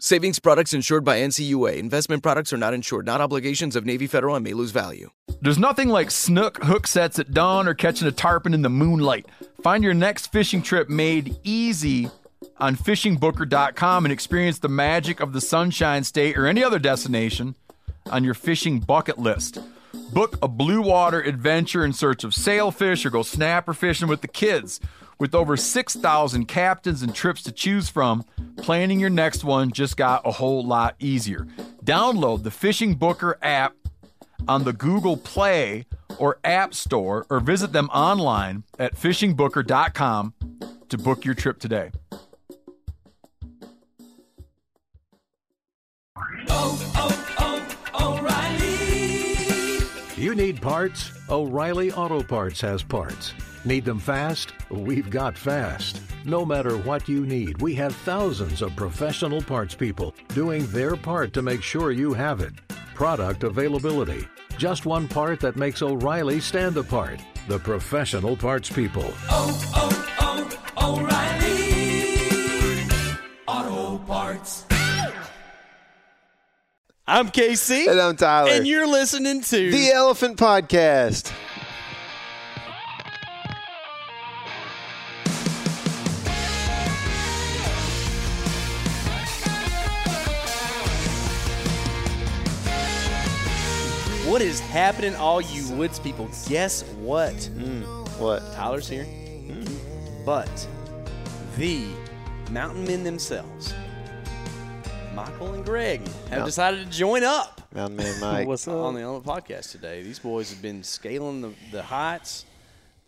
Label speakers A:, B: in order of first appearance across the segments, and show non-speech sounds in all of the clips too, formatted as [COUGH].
A: Savings products insured by NCUA. Investment products are not insured, not obligations of Navy Federal and may lose value.
B: There's nothing like snook hook sets at dawn or catching a tarpon in the moonlight. Find your next fishing trip made easy on fishingbooker.com and experience the magic of the Sunshine State or any other destination on your fishing bucket list. Book a blue water adventure in search of sailfish or go snapper fishing with the kids. With over 6,000 captains and trips to choose from, planning your next one just got a whole lot easier. Download the Fishing Booker app on the Google Play or App Store or visit them online at fishingbooker.com to book your trip today.
C: You need parts? O'Reilly Auto Parts has parts. Need them fast? We've got fast. No matter what you need, we have thousands of professional parts people doing their part to make sure you have it. Product availability. Just one part that makes O'Reilly stand apart. The professional parts people.
D: oh, oh, O'Reilly Auto Parts.
E: I'm KC.
F: And I'm Tyler.
E: And you're listening to
F: the Elephant Podcast.
E: What is happening, all you woods people? Guess what?
F: Hmm, What? Hmm.
E: Tyler's here. But the mountain men themselves, Michael and Greg, have
F: Yeah.
E: decided to join up
F: Mountain
E: [LAUGHS]
F: Man Mike.
E: on the Element Podcast today. These boys have been scaling the, the heights,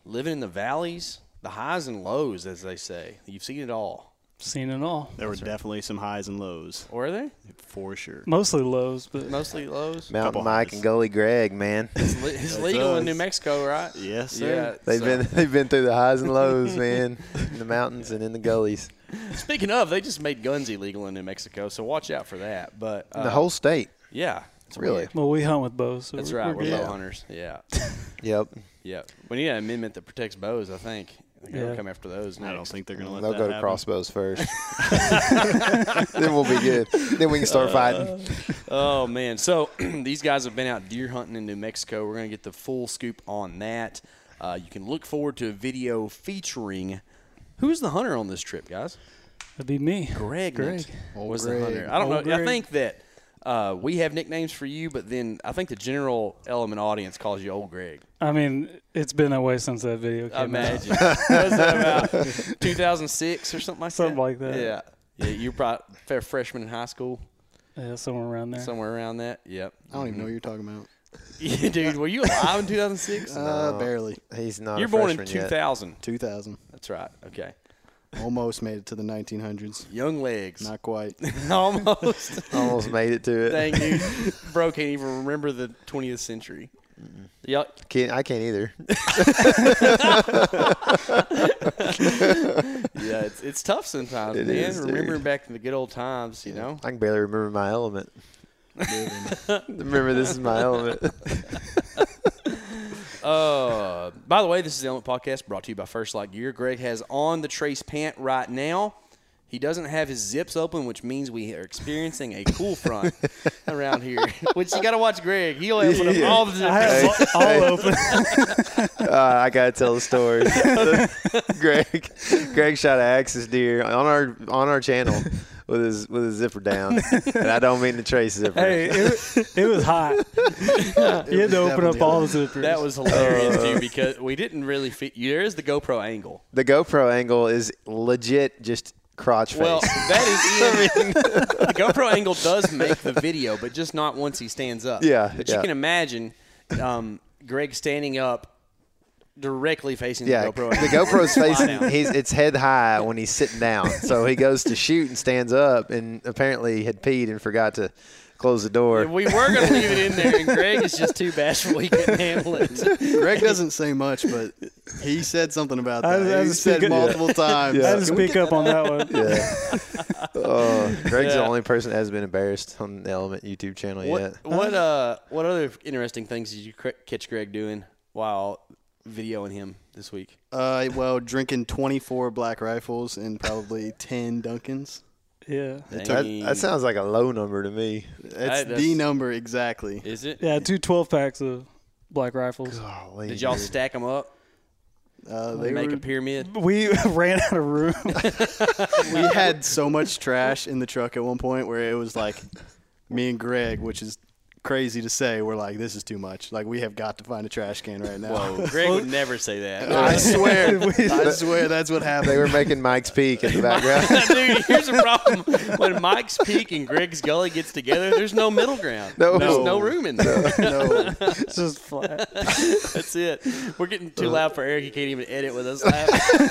E: living in the valleys, the highs and lows, as they say. You've seen it all.
G: Seen it all.
H: There were definitely some highs and lows,
E: Or are they?
H: for sure.
G: Mostly lows,
E: [LAUGHS]
G: but
E: Mostly lows.
F: Mountain
H: Couple
F: Mike
H: hundreds.
F: and Gully Greg,
E: [LAUGHS]
F: man.
E: It's, le- it's legal in
H: us.
E: New Mexico, right?
H: Yes,
E: Yeah.
H: sir.
F: They've
E: so-
F: been they've been through the highs and lows,
E: [LAUGHS]
F: man. In the mountains and in the gullies.
E: Speaking of, they just made guns illegal in New Mexico, so watch out for that. But uh,
F: the whole state.
E: yeah, it's
F: Really?
E: weird.
G: well, we hunt with bows. So
E: That's
G: we're,
E: right.
G: We're
E: We're bow
F: good.
E: hunters. Yeah,
F: Yep.
E: yeah. We need an amendment that protects bows. I think they're gonna
G: Yeah.
E: come after those. Next.
H: I don't think they're gonna let
F: They'll
H: that
F: go to
H: happen.
F: crossbows first. then we'll be good. Then we can start fighting.
E: Oh man. So [CLEARS THROAT] these guys have been out deer hunting in New Mexico. We're gonna get the full scoop on that. Uh, you can look forward to a video featuring who's the hunter on this trip, guys.
G: That'd be me.
E: Greg, Greg. was the hunter.
F: Greg.
E: I don't
G: Old
E: know. I
G: Greg.
E: think that uh, we have nicknames for you, but then I think the general element audience calls you Old Greg.
G: I mean, it's been a way since that video
E: I
G: came out.
E: imagine. What was that about 2006 or something like that?
G: Something like that.
E: Yeah. Yeah, you're probably fair freshman in high school,
G: Yeah, somewhere around there.
E: somewhere around that. Yep.
H: I don't even know what you're talking about.
E: Yeah, [LAUGHS] dude, were you alive in 2006?
H: Uh, barely.
F: He's not.
E: you're
F: a
E: born in
F: freshman yet.
E: 2000.
H: 2000.
E: That's right. Okay.
H: Almost made it to the 1900s.
E: Young legs. [LAUGHS]
H: Not quite.
E: Almost.
F: Almost made it to it.
E: Dang, dude. Bro can't even remember the 20th century. Y'all,
F: Can't, I can't either.
E: Yeah, it's, it's tough sometimes,
F: It
E: man.
F: is, dude.
E: Remembering back in the good old times, you know.
F: I can barely remember my
E: [LAUGHS]
F: element. remember this is my element.
E: Uh, by the way, this is the Element Podcast brought to you by First Light Gear. Greg has on the Trace pant right now. He doesn't have his zips open, which means we are experiencing a cool
G: [LAUGHS]
E: front around here. Which you got to watch Greg. He'll open up
F: Yeah.
E: all the
G: I have
E: zips.
G: all open.
F: Uh, I gotta tell the story. Greg, Greg shot an axis deer on our on our channel with his with his zipper down, and I don't mean the trace zipper.
G: hey, it, it
E: [LAUGHS]
G: was hot. you had to open up all the zippers.
E: That was hilarious, too, because we didn't really fit. There is the GoPro angle.
F: The GoPro angle is legit, just crotch face. [LAUGHS]
E: Well, that is Ian. the GoPro angle does make the video, but just not once he stands up.
F: Yeah,
E: but
F: yeah.
E: you can imagine um, Greg standing up directly facing
F: yeah,
E: the GoPro.
F: the
E: angle.
F: GoPro's
E: [LAUGHS] Fly
F: facing
E: down.
F: he's it's head high when he's sitting down, so he goes to shoot and stands up, and apparently had peed and forgot to close the door.
E: And we were going to leave it in there, and Greg is just too bashful. He couldn't handle
F: [LAUGHS]
E: it.
G: [LAUGHS]
H: Greg doesn't say much, but he said something about
G: I
H: that.
G: was- I
H: he
G: was
H: said
G: thinking-
H: multiple times.
G: I had to
F: Can we
G: speak up on that one.
F: Yeah. oh, Greg's the
E: Yeah.
F: only person that has been embarrassed on the Element YouTube channel yet.
E: What what uh what other interesting things did you cr- catch Greg doing while videoing him this week?
H: Uh, well, drinking 24 Black Rifles and
G: [LAUGHS]
H: probably 10 Dunkins.
G: Yeah.
F: That,
E: Dang.
F: that sounds like a low number to me.
H: That's
E: That-
H: the
E: that's-
H: number exactly.
E: Is it?
G: Yeah, two 12 packs of black rifles.
F: Golly,
E: Did y'all
F: dude.
E: stack them up?
H: Uh, they
E: Make a
H: were,
E: pyramid.
G: We [LAUGHS] ran out
E: [LAUGHS]
G: of room.
H: we had so much trash in the truck at one point where it was like me and Greg, which is crazy to say, we're like, this is too much. Like, we have got to find a trash can right now.
E: Whoa, Greg would never say that.
H: I swear. [LAUGHS] I swear that's what
F: They
H: happened.
F: were making Mike's Peak in the background.
E: [LAUGHS] Dude, here's the problem. When Mike's Peak and Greg's Gully gets together, there's no middle ground.
F: No.
E: There's no room in there.
H: no,
G: It's just flat.
E: That's it. We're getting too loud for Eric. He can't even edit with us. laughing.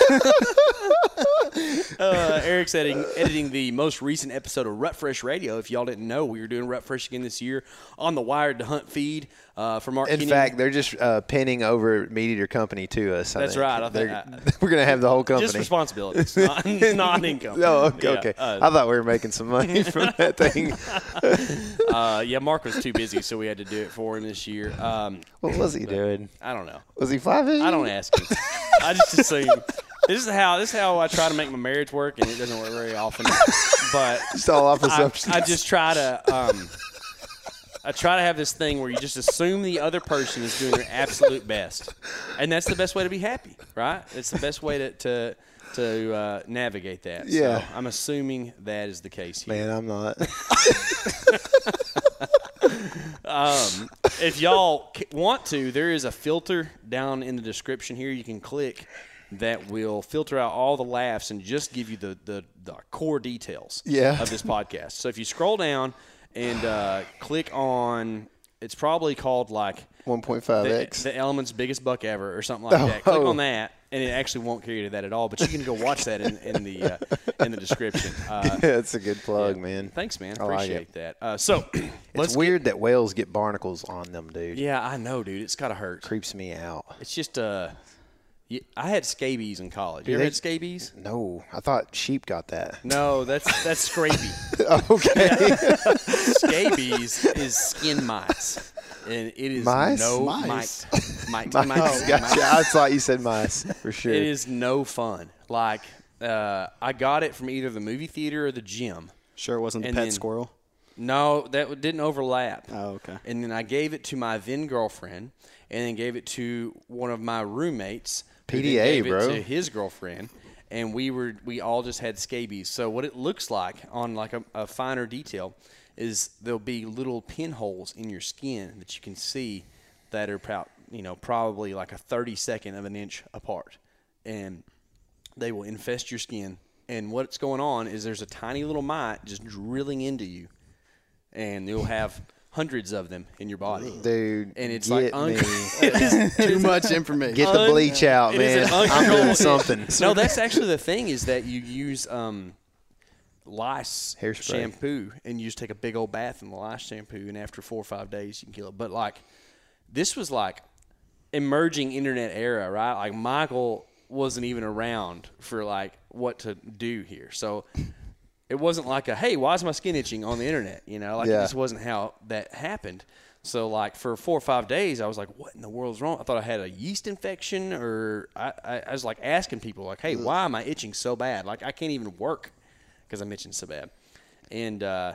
F: [LAUGHS]
E: uh, Eric's editing, editing the most recent episode of Rut Fresh Radio. If y'all didn't know, we were doing Rut Fresh again this year on the Wired to Hunt feed uh, for Mark.
F: In
E: Kenyon.
F: fact, they're just uh, pinning over Meat Eater Company to us. I
E: That's
F: think.
E: right, I think
F: They're-
E: I-
F: [LAUGHS] we're gonna have the whole company.
E: just responsibility, It's not
F: [LAUGHS]
E: non-income.
F: Oh, okay.
E: Yeah,
F: okay.
E: uh,
F: I thought we were making some money
E: [LAUGHS]
F: from that thing.
E: uh, yeah, Mark was too busy, so we had to do it for him this year. Um,
F: What was he doing?
E: I don't know.
F: Was he fly fishing?
E: I don't ask him. I just assume. This is how this is how I try to make my marriage work, and it doesn't work very often. But
F: It's all off
E: I,
F: assumptions.
E: I just try to um, I try to have this thing where you just assume the other person is doing their absolute best, and that's the best way to be happy, right? It's the best way to to, to uh, navigate that. So
F: Yeah.
E: I'm assuming that is the case here.
F: Man, [LAUGHS] I'm not. [LAUGHS]
E: if y'all c- want to, there is a filter down in the description here you can click that will filter out all the laughs and just give you the the, the core details
F: Yeah.
E: of this podcast. So if you scroll down and uh, click on, it's probably called like the,
F: 1.5x.
E: the Elements Biggest Buck Ever or something like that. Click
F: Oh.
E: on that. And it actually won't carry to that at all, but you can go watch that in, in the uh, in
F: [LAUGHS]
E: the description. Uh,
F: yeah, that's a good plug,
E: yeah.
F: man.
E: Thanks, man.
F: I like
E: Appreciate
F: it.
E: that. Uh, so [CLEARS THROAT] let's
F: It's weird that whales get barnacles on them, dude.
E: yeah, I know, dude. It's gotta hurt.
F: Creeps me out.
E: It's just uh, y- I had scabies in college. You ever
F: they-
E: had scabies?
F: No, I thought sheep got that.
E: No, that's that's [LAUGHS] scrapey.
F: [LAUGHS] Okay.
E: scabies is skin mites, and it is
F: Mice?
E: no
H: Mice.
E: mite. Mite, mite, mite.
F: Gotcha. I thought you said mice for sure.
E: It is no fun. Like uh, I got it from either the movie theater or the gym.
H: sure it wasn't the
E: And
H: pet
E: then-
H: squirrel.
E: No, that didn't overlap.
H: Oh, okay.
E: And then I gave it to my then girlfriend, and then gave it to one of my roommates. who then
F: PDA,
E: gave
F: bro.
E: It to his girlfriend, and we were we all just had scabies. So what it looks like on like a, a finer detail is there'll be little pinholes in your skin that you can see that are prob you know probably like a thirty second of an inch apart, and they will infest your skin. And what's going on is there's a tiny little mite just drilling into you, and you'll have hundreds of them in your body.
F: Dude,
E: and it's
F: get
E: like un- [LAUGHS]
F: me.
H: [LAUGHS] Too much information.
F: Get the bleach out,
E: Uh, It is
F: man.
E: an
F: I'm doing
E: uncontrollable-
F: something.
E: [LAUGHS] no, that's actually the thing is that you use um, lice
F: Hairspray.
E: shampoo and you just take a big old bath in the lice shampoo, and after four or five days you can kill it. But like, this was like emerging internet era, right? Like Michael wasn't even around for like what to do here, so. It wasn't like a hey, why is my skin itching on the internet? You know, like it
F: Yeah.
E: just wasn't how that happened. So like for four or five days, I was like, "What in the world's wrong?" I thought I had a yeast infection, or I, I, I was like asking people, like, "Hey, why am I itching so bad? Like I can't even work because I'm itching so bad." And uh,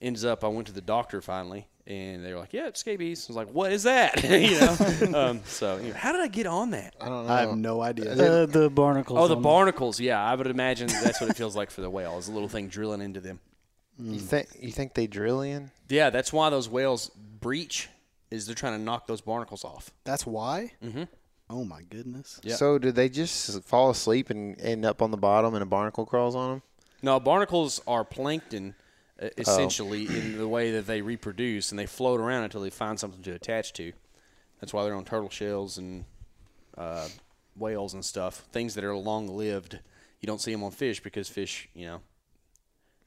E: ends up, I went to the doctor finally, and they were like, "Yeah, it's scabies." I was like, "What is that?" [LAUGHS] you know. um, so anyway, how did I get on that?
H: I have no idea.
G: Uh, the barnacles.
E: Oh, the
G: on
E: barnacles. Yeah, I would imagine that's what it feels like for the whale. Is a little thing drilling into them.
F: You think you think they drill in?
E: Yeah, that's why those whales breach. Is they're trying to knock those barnacles off.
H: That's why? Mm-hmm. Oh, my goodness.
E: Yeah.
F: So did they just fall asleep and end up on the bottom and a barnacle crawls on them?
E: No, barnacles are plankton uh, essentially in the way that they reproduce, and they float around until they find something to attach to. That's why they're on turtle shells and uh, whales and stuff, things that are long lived. You don't see them on fish because fish, you know,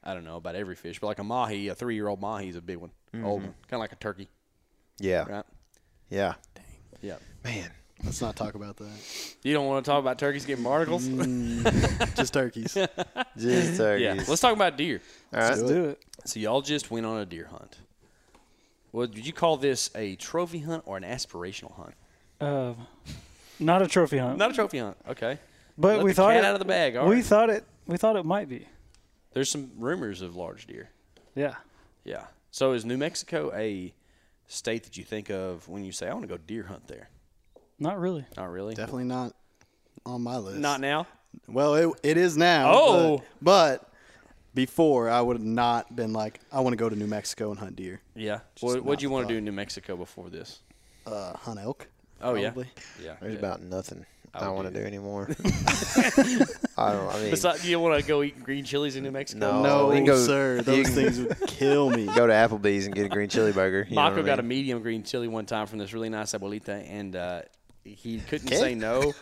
E: I don't know about every fish, but like a mahi, a three year old mahi is a big one, old one, kind of like a turkey,
F: Yeah.
E: right?
F: Yeah.
E: Yeah.
F: Man.
H: Let's not talk about [LAUGHS] that.
E: You don't want to talk about turkeys getting articles?
H: Just turkeys.
F: Just
E: [LAUGHS]
F: uh,
E: yeah.
F: turkeys.
E: Let's talk about deer.
G: Let's do it.
E: So y'all just went on a deer hunt. Well, did you call this a trophy hunt or an aspirational hunt?
G: Uh, not a trophy hunt,
E: Not a trophy hunt. Okay.
G: but
E: Let
G: we
E: the
G: thought
E: cat
G: it,
E: out of the bag. All
G: we
E: right.
G: thought it. We thought it might be.
E: There's some rumors of large deer.
G: Yeah.
E: Yeah. So is New Mexico a state that you think of when you say I want to go deer hunt there?
G: Not really.
E: Not really.
H: Definitely not on my list.
E: Not now.
H: Well, it, it is now.
E: Oh.
H: But, but before, I would have not been like, I want to go to New Mexico and hunt deer,
E: Yeah. What what
H: not
E: do you want
H: thought.
E: to do in New Mexico before this?
H: uh, hunt elk.
E: Oh yeah.
H: Probably.
E: Yeah.
F: There's
E: yeah.
F: about nothing I,
E: would
F: want to
E: do
F: do anymore. I don't. I mean,
E: Besides, you want to go eat green chilies in New Mexico?
F: No.
H: No,
F: you can go-
H: sir.
F: you
H: Those
F: can-
H: things would kill
F: [LAUGHS]
H: me.
F: go to Applebee's and get a green chili burger. You know
E: Marco
F: what I
E: got a
F: mean?
E: medium green chili one time from this really nice abuelita, and uh, he couldn't
F: [LAUGHS]
E: say no.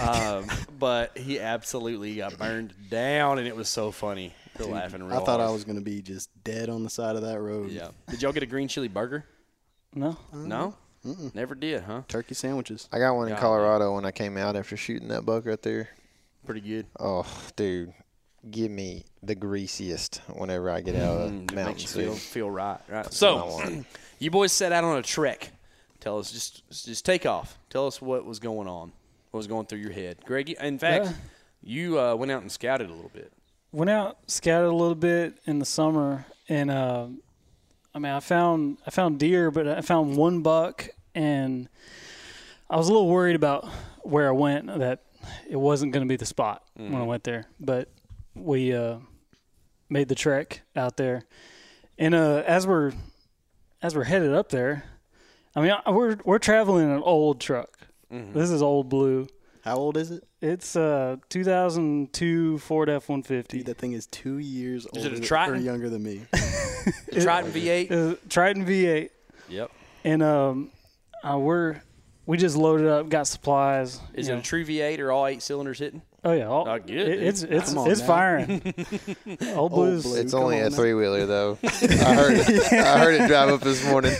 E: um, but he absolutely got burned down, and it was so funny. We're laughing real
H: I thought I
E: hard.
H: was going to be just dead on the side of that road.
E: Yeah. Did y'all get a green chili burger?
G: No.
E: No. Never did, huh?
H: Turkey sandwiches.
F: I got one in
E: Yeah.
F: Colorado when I came out after shooting that buck right there.
E: Pretty good.
F: Oh, dude, give me the greasiest whenever I get out of
E: Mm, It
F: the
E: makes
F: mountain.
E: you feel,
F: Feel-
E: feel right, right?
F: what I
E: So,
F: want.
E: [CLEARS THROAT] you boys set out on a trek. Tell us, just just take off. Tell us what was going on, what was going through your head, Greg. you- In fact,
G: Yeah.
E: you uh, went out and scouted a little bit.
G: went out scouted a little bit in the summer and uh, i mean i found i found deer but i found one buck and i was a little worried about where i went that it wasn't going to be the spot when i went there but we uh, made the trek out there and uh, as we're as we're headed up there i mean I, we're we're traveling in an old truck this is old blue
H: How old is it?
G: it's uh 2002 Ford F150.
H: Dude, that thing is two years
E: it
H: older
E: a
H: than- or
E: Triton?
H: younger than [LAUGHS] me.
E: The Triton V8.
G: It was a Triton V8,
E: Yep.
G: and um, uh, we're we just loaded up, got supplies.
E: Is
G: you
E: it
G: know.
E: a true V8 or all eight cylinders hitting?
G: Oh yeah, all,
E: Not good,
G: it-
E: dude.
G: it's it's
H: Come on
G: it's
H: now. [LAUGHS]
G: firing. Old blues.
H: Blue.
F: it's
H: Come
F: only
H: on
F: a
H: now.
F: three wheeler though. I heard it. I heard it drive up this morning.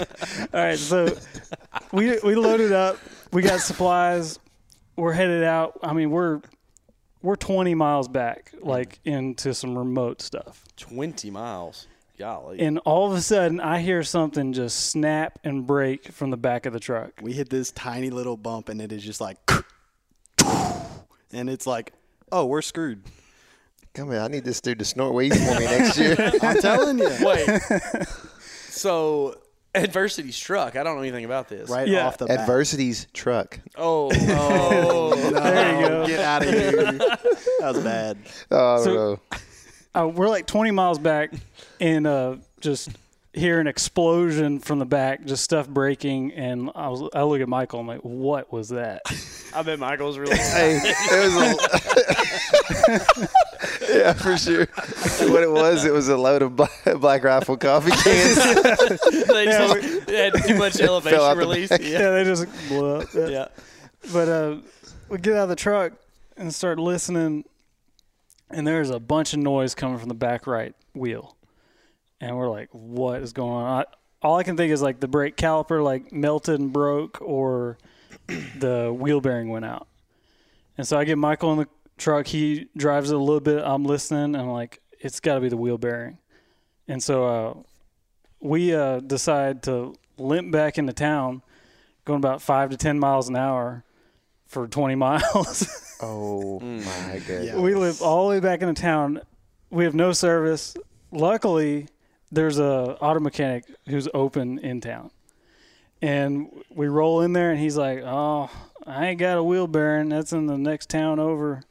G: All right, so we we loaded up, we got supplies, we're headed out. I mean, we're we're 20 miles back, like into some remote stuff.
E: 20 miles. Golly.
G: And [LAUGHS] all of a sudden, I hear something just snap and break from the back of the truck.
H: We hit this tiny little bump, and it is just like, and it's like, oh,
G: [LAUGHS]
H: we're screwed.
F: Come here, I need this dude to snort weed for me next year.
H: I'm telling you,
E: Wait. so, adversity struck. I don't know anything about this.
H: [LAUGHS] right
G: Yeah.
H: off the bat.
F: Adversity's truck.
G: [LAUGHS]
E: Oh, oh.
H: there you go. Get out of here. [LAUGHS] that was bad.
F: Oh
G: So-
F: no.
G: uh, we're like 20 miles back and uh, just hear an explosion from the back, just stuff breaking. And I, was, I look at Michael, I'm like, what was that?
E: I bet Michael's really.
F: Hey, it was a. [LAUGHS] yeah, for sure. What it was, it was a load of black, black rifle
H: [LAUGHS]
F: coffee cans.
E: [LAUGHS] they just had too
G: [LAUGHS]
E: much
F: out
E: elevation
F: the
E: release. Yeah.
G: yeah, they just blew up. Yeah.
E: yeah.
G: But uh, we get out of the truck and start listening, and there's a bunch of noise coming from the back right wheel. And we're like, what is going on? I, all I can think is like the brake caliper like melted and broke, or [CLEARS THROAT] the wheel bearing went out. And so I get Michael in the truck. He drives it a little bit. I'm listening. And I'm like, it's got to be the wheel bearing. And so uh, we uh, decide to limp back into town, going about five to 10 miles an hour for 20 [LAUGHS] miles.
F: Oh my goodness.
G: we live all the way back into town. We have no service. Luckily, there's a auto mechanic who's open in town. And we roll in there and he's like, "Oh, I ain't got a wheel bearing. That's in the next town over."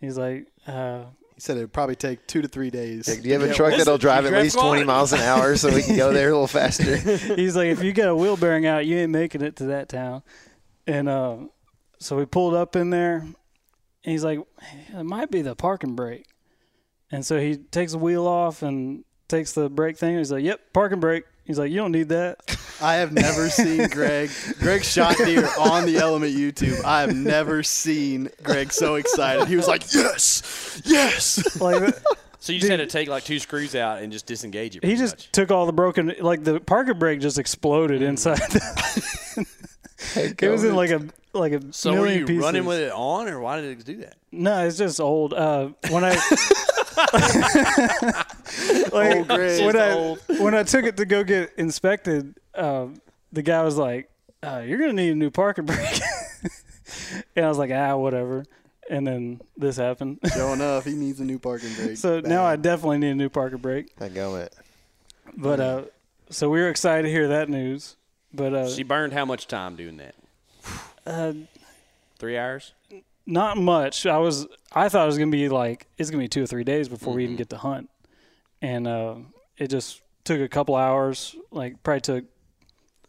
G: He's like, uh,
H: He said it'd probably take two to three days.
F: Do you have a truck that'll drive at
E: grab
F: least
E: one.
F: 20 miles an hour so we can go there a
H: [LAUGHS]
F: little faster?
G: he's like, if you got a wheel bearing out, you ain't making it to that town. And uh, so we pulled up in there, and he's like, it might be the parking brake. And so he takes the wheel off and takes the brake thing. And he's like, yep, parking brake. He's like, you don't need that.
H: I have never
G: [LAUGHS]
H: seen Greg. Greg shot deer on the Element YouTube. I have never seen Greg so excited. He was like, "Yes, yes."
E: [LAUGHS]
G: Like,
E: So you just had to take like two screws out and just disengage it.
G: He
E: pretty
G: just
E: much.
G: took all the broken, like the parker brake just exploded
E: Mm.
G: inside. [LAUGHS] The, it was in like a like a
E: So were
G: million
E: you
G: pieces.
E: running with it on, or why did it do that?
G: No, it's just old. Uh,
E: [LAUGHS]
G: when I like,
E: Just
G: when I
E: old.
G: when I took it to go get inspected, uh, the guy was like, uh, "You're gonna need a new parking brake," [LAUGHS] and I was like, "Ah, whatever." And then this happened. [LAUGHS]
H: Sure enough, he needs a new parking brake.
G: so now I definitely need a new parking brake.
F: I go it.
G: But uh, so we were excited to hear that news. But uh,
E: She burned how much time doing that?
G: uh,
E: Three hours.
G: not much. I was I thought it was gonna be like it's gonna be two or three days before we
E: Mm-hmm.
G: even get to hunt, and uh, it just took a couple hours. Like probably took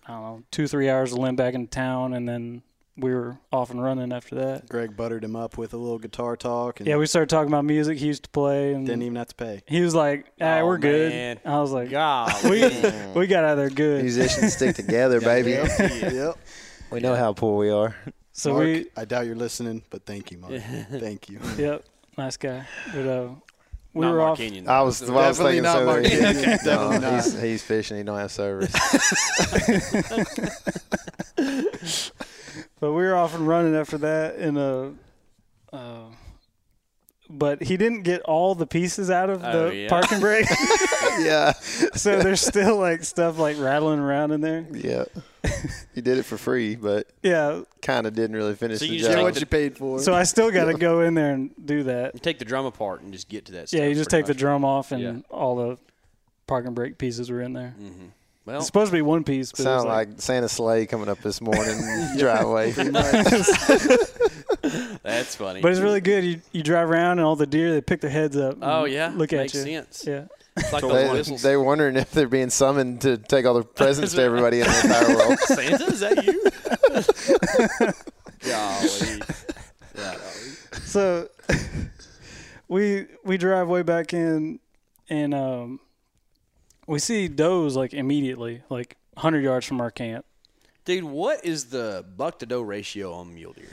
G: I don't know two three hours to limp back into town, and then we were off and running after that.
H: Greg buttered him up with a little guitar talk, and
G: Yeah, we started talking about music he used to play, and
H: didn't even have to pay.
G: he was like, "Ah,
E: Oh,
G: we're good."
E: man.
G: I was like,
E: God,
G: "We we got out of there good."
F: Musicians stick together, baby.
H: yep.
F: We know how poor we are.
G: so
H: Mark,
G: we
H: I doubt you're listening, but thank [LAUGHS] you, Mark. thank you.
G: yep, nice guy. But uh, we
E: not
G: were
E: Mark
G: off.
E: Kenyon.
F: I was, I was
H: Definitely
F: thinking
H: not
F: so
H: Mark.
F: many-
H: [LAUGHS] Definitely
F: No,
H: not.
F: he's, he's fishing. He don't have
H: [LAUGHS]
F: service.
G: But we were off and running after that, and uh, uh, but he didn't get all the pieces out of
E: Oh,
G: the
E: yeah.
G: parking brake,
E: [LAUGHS]
F: yeah,
G: [LAUGHS] so there's still like stuff like rattling around in there.
F: yeah. He did it for free, but
G: Yeah,
F: kind of didn't really finish
E: So
F: the
E: you just
F: job.
E: take
H: What you paid for?
G: so I still got to go in there and do that.
E: Take the drum apart and just get to that. Stuff
G: Yeah, you just
E: pretty
G: take the
E: much.
G: drum off, and
E: Yeah. Mm-hmm.
G: all the parking brake pieces were in there.
E: Well,
G: It's supposed to be one piece, but it was
F: Sound
G: like,
F: like, Santa's sleigh coming up this
H: [LAUGHS]
F: morning driveway.
E: that's funny.
G: but it's really good. You you drive around, and all the deer they pick their heads up. and
E: Oh, yeah.
G: look at
E: Makes
G: you.
E: sense.
G: Yeah,
E: it's like those
F: they,
E: whistles.
F: they're wondering if they're being summoned to take
E: [LAUGHS]
F: all the presents to everybody in the entire world.
E: Santa, is that you? [LAUGHS] Golly.
G: so [LAUGHS] we we drive way back in and um we see does like immediately like 100 yards from our camp
E: Dude, what is the buck to doe ratio on mule deer?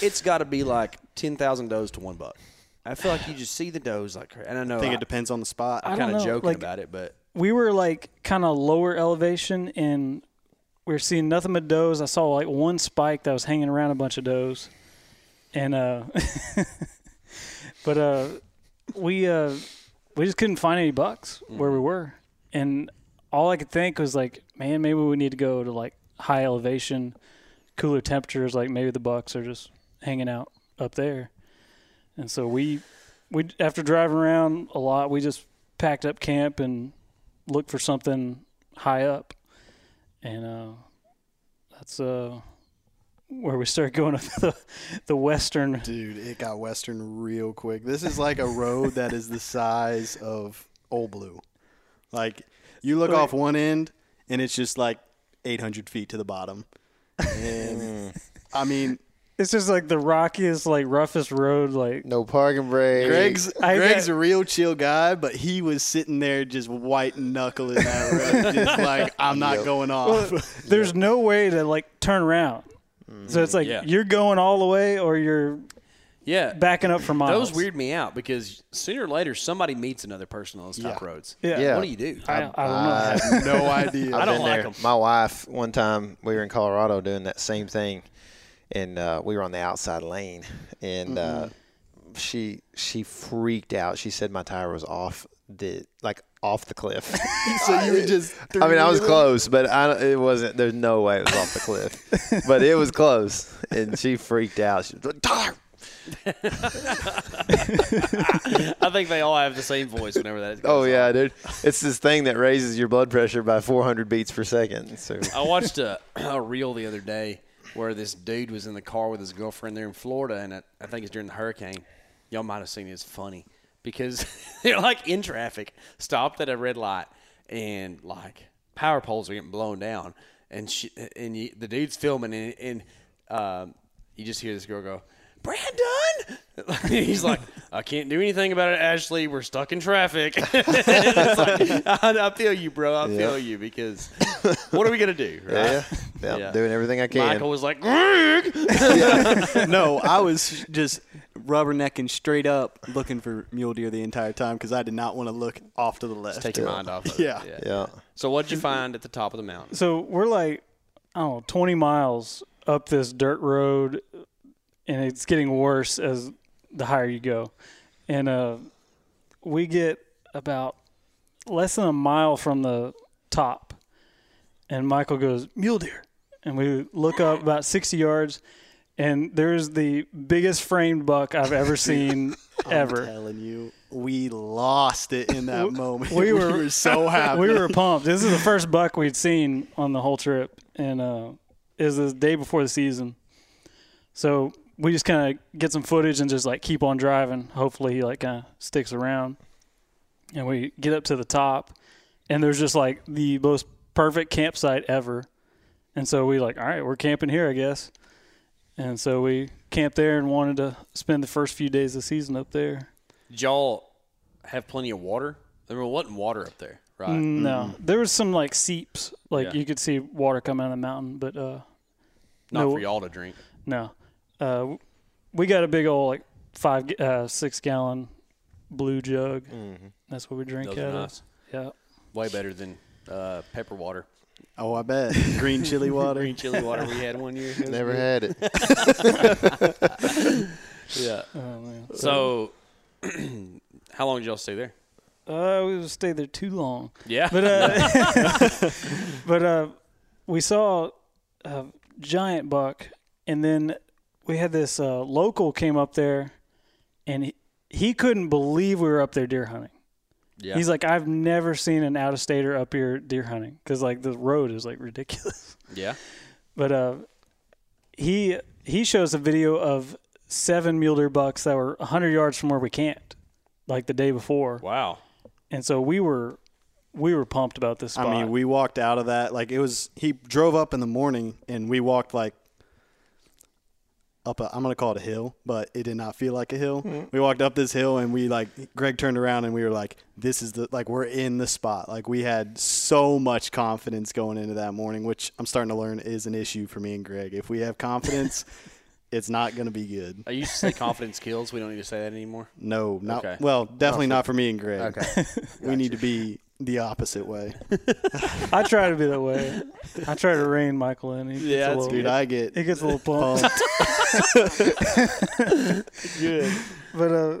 E: It's got to be like 10,000 does to one buck. I feel like you just see the does like cra- And I know
H: I think
E: I
H: it depends on the spot.
G: I
E: am
G: don't
E: kind of
G: know,
E: joking
G: like-
E: about it, but
G: we were like kind of lower elevation and we were seeing nothing but does i saw like one spike that was hanging around a bunch of does and uh [LAUGHS] but uh we uh we just couldn't find any bucks where we were and all i could think was like man maybe we need to go to like high elevation cooler temperatures like maybe the bucks are just hanging out up there and so we we after driving around a lot we just packed up camp and looked for something high up and uh that's uh where we started going up [LAUGHS] the, the western
H: Dude, it got western real quick. This is like a road that is the size of Old Blue. Like you look off one end and it's just like 800 feet to the bottom. And I mean,
G: it's just like the rockiest like roughest road like
F: No parking brake.
H: Greg's
G: I
H: Greg's
G: got-
H: a real chill guy, but he was sitting there just white knuckling that road, just like I'm not going off.
G: [LAUGHS] there's no way to like turn around so it's like
E: Mm, Yeah.
G: you're going all the way or you're
E: yeah.
G: backing up for miles
E: Those weird me out because sooner or later somebody meets another person on those top roads.
G: yeah, Uh,
F: Yeah.
E: What do you do?
G: I, I don't know
H: no idea.
F: I've
E: I don't
F: been
E: like
F: there.
E: 'em.
F: My wife, one time, we were in Colorado doing that same thing, and uh, we were on the outside lane, and uh, she she freaked out. She said my tire was off the like off the cliff.
H: so you were just.
F: [LAUGHS] I mean, I was
H: three-
F: close, but I, it wasn't. There's no way it was off the cliff, but it was close, and she freaked out. She was like, tire.
E: I think they all have the same voice whenever
G: [LAUGHS]
E: that. goes
F: Oh
E: on.
F: yeah, dude! It's this thing that raises your blood pressure by 400 beats per second. So
E: I watched a, [CLEARS THROAT] a reel the other day where this dude was in the car with his girlfriend there in Florida, and I, I think it's during the hurricane. Y'all might have seen it. It's funny because [LAUGHS] they're like in traffic, stopped at a red light, and like power poles are getting blown down, and she, and you, the dude's filming, and, and um, you just hear this girl go. Brandon, [LAUGHS] he's like, I can't do anything about it, Ashley. We're stuck in traffic. [LAUGHS] It's like, I, I feel you, bro. I feel you because what are we gonna do? Right? [LAUGHS]
F: yeah, yeah, I'm doing everything I can.
H: [LAUGHS]
E: Michael was like, "Grrrg."
H: no, I was just rubbernecking straight up, looking for mule deer the entire time because I did not want to look off to the left.
E: [LAUGHS] Take your mind off of
H: Yeah.
E: it.
F: Yeah.
E: So what'd you find at the top of the mountain?
G: So we're like, I don't know, 20 miles up this dirt road, and it's getting worse as the higher you go. And uh, we get about less than a mile from the top, and Michael goes, Mule deer. And we look up about 60 yards, and there's the biggest framed buck I've ever seen,
H: I'm
G: ever.
H: telling you, we lost it in that moment. [LAUGHS]
G: we were-
H: so happy.
G: we were pumped. This is the first buck we'd seen on the whole trip, and uh, it was the day before the season. So we just kind of get some footage and just like keep on driving. Hopefully, he like kind of sticks around. And we get up to the top, and there's just like the most perfect campsite ever. And so we like, all right, we're camping here, I guess. And so we camped there and wanted to spend the first few days of the season up there.
E: Did y'all have plenty of water? There wasn't water up there, right?
G: No, there was some like seeps, like
E: Mm-hmm. Yeah.
G: you could see water coming out of the mountain, but uh,
E: Not
G: No.
E: for y'all to drink.
G: no, uh, w- we got a big old like five, ga- uh, six gallon blue jug. That's what we drink
E: Mm-hmm. Those
G: out
E: are
G: of.
E: nice.
G: Yeah,
E: Way better than uh, pepper water.
H: oh, I bet
E: [LAUGHS]
H: green chili water.
E: Green chili water we had one year.
F: Never had it.
E: Yeah. So, [CLEARS THROAT] how long did y'all stay there?
G: uh, we stayed there too
E: [LAUGHS]
G: long,
E: Yeah.
G: but uh, [LAUGHS] but uh, we saw a giant buck, and then we had this uh, local came up there, and he, he couldn't believe we were up there deer hunting.
E: yeah.
G: He's like, I've never seen an out of stater up here deer hunting because like the road is like ridiculous. [LAUGHS]
E: yeah.
G: But uh, he he shows a video of seven mule deer bucks that were 100 yards from where we camped, like the day before.
E: Wow.
G: And so we were we were pumped about this spot.
H: I mean, we walked out of that like it was. He drove up in the morning, and we walked like up. A, I'm gonna call it a hill, but it did not feel like a hill. We walked up this hill, and we like Greg turned around, and we were like, "This is the like we're in the spot." Like we had so much confidence going into that morning, which I'm starting to learn is an issue for me and Greg. If we have [LAUGHS] confidence, it's not gonna be good.
E: I used to say confidence kills. We don't need to say that anymore.
H: No, not
E: Okay.
H: well. Definitely not for me and Greg. Okay, [LAUGHS] we need to be the opposite [LAUGHS] way.
G: I try to be that way. I try to rein Michael in. He gets
E: Yeah,
G: a
E: that's
G: little,
H: Dude, I get
G: He gets a little pumped. But uh,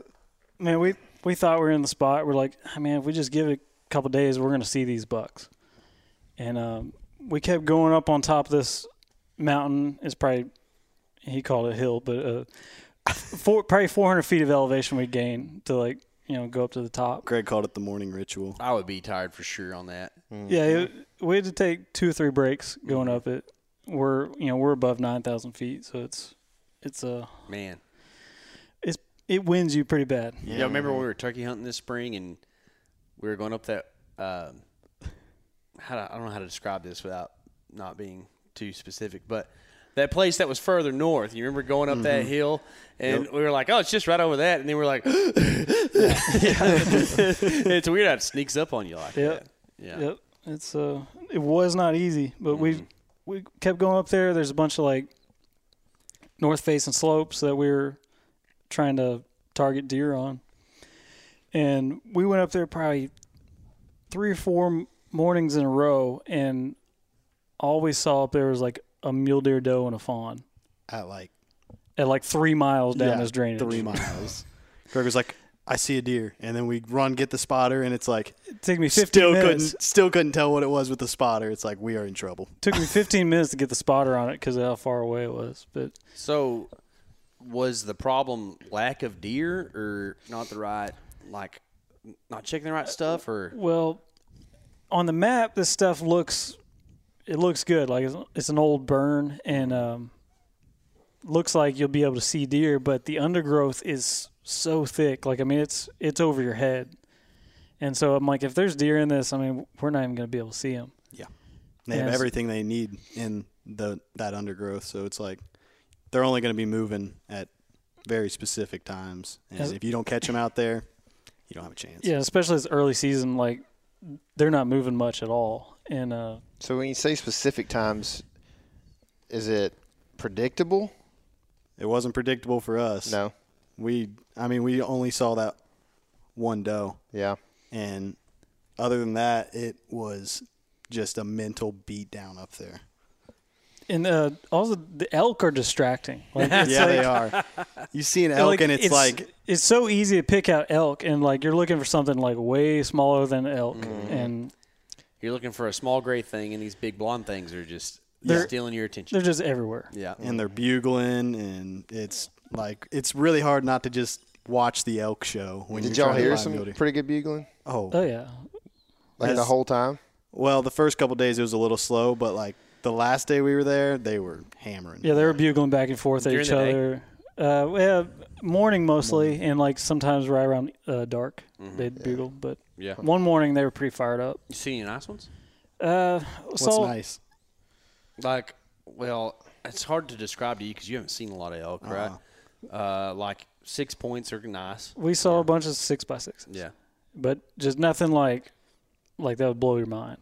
G: man, we we thought we were in the spot. We're like, I mean, if we just give it a couple days, we're gonna see these bucks. And um, we kept going up on top of this mountain. It's probably he called it a hill, but uh, four, probably 400 feet of elevation we gained to like you know go up to the top.
H: Greg called it the morning ritual.
E: I would be tired for sure on that.
G: Yeah, it, we had to take two or three breaks going up it. We're you know we're above 9,000 feet, so it's it's uh,
E: Man.
G: it's it wins you pretty bad.
E: Yeah. Y'all remember when we were turkey hunting this spring and we were going up that? Um, how do, I don't know how to describe this without not being too specific, but that place that was further north. You remember going up that hill and we were like, "Oh, it's just right over that," and then we were like, [LAUGHS] "It's weird how it sneaks up on you like
G: Yep.
E: that." Yeah.
G: Yep. It's uh it was not easy, but
H: Mm-hmm.
G: we we kept going up there. There's a bunch of like north facing slopes that we were trying to target deer on. And we went up there probably three or four m- mornings in a row and all we saw up there was like a mule deer doe and a fawn
H: At like
G: at like three miles down this drainage.
H: Three [LAUGHS] miles. Greg was like, I see a deer, and then we run get the spotter, and it's like
G: It took me 15
H: still
G: minutes.
H: couldn't still couldn't tell what it was with the spotter. It's like we are in trouble.
G: Took me 15 minutes to get the spotter on it because of how far away it was. But
E: So, was the problem lack of deer or not the right like? Not checking the right stuff, or
G: Well, on the map, this stuff looks it looks good. Like it's, it's an old burn, and um, looks like you'll be able to see deer. But the undergrowth is so thick. Like I mean, it's it's over your head. And so I'm like, if there's deer in this, I mean, we're not even going to be able to see them.
H: They have
G: Yes.
H: everything they need in the that undergrowth, so it's like they're only going to be moving at very specific times, and
G: Yes.
H: if you don't catch them out there, you don't have a chance.
G: Yeah, especially this early season. Like they're not moving much at all. And uh,
F: So when you say specific times, is it predictable?
H: It wasn't predictable for us.
F: No.
H: we I mean we only saw that one doe,
F: Yeah.
H: and other than that, it was just a mental beatdown up there.
G: And uh, also, the elk are distracting. Like, [LAUGHS] it's
H: yeah,
G: like-
H: they are. You
G: [LAUGHS]
H: see an elk,
G: like,
H: and it's, like
G: it's so easy to pick out elk, and like you're looking for something like way smaller than elk, and
E: You're looking for a small gray thing, and these big blonde things are just
G: They're-
E: stealing your
G: they're
E: attention.
G: just everywhere.
E: Yeah.
H: and they're bugling, and it's like it's really hard not to just watch the elk show when
F: Did
H: you're
F: y'all
H: trying to
F: hear
H: buy
F: some
H: mule deer.
F: pretty good bugling?
H: Oh,
G: Oh yeah,
F: Like the
H: That's-
F: whole time?
H: well, the first couple days it was a little slow, but like the last day we were there, they were hammering.
G: yeah. They were bugling back and forth at
E: During
G: each
E: the day?
G: other. Uh, well, morning mostly, and like sometimes right around uh, dark they'd bugle. But
E: Yeah.
G: one morning they were pretty fired up.
E: You see any nice ones?
G: Uh,
H: What's
G: so
H: nice?
E: Like, well, it's hard to describe to you because you haven't seen a lot of elk,
H: Uh-huh.
E: right? Uh, like six points are nice.
G: we saw a bunch of six by sixes.
E: Yeah.
G: but just nothing like like that would blow your mind.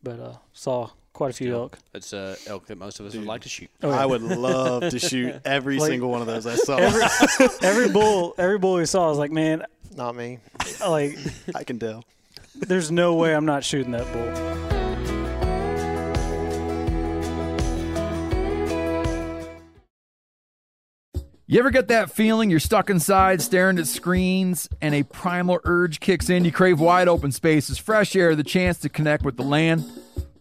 G: But uh, saw quite a few elk.
E: It's a elk that most of us would like to shoot.
H: I would love to
G: [LAUGHS]
H: shoot every
G: Oh, Like-
H: single one of those I saw.
G: every bull, every bull we saw I was like, man,
F: Not me.
G: like
H: [LAUGHS] I can tell.
G: there's no way I'm not shooting that bull.
B: You ever get that feeling you're stuck inside staring at screens and a primal urge kicks in? You crave wide open spaces, fresh air, the chance to connect with the land.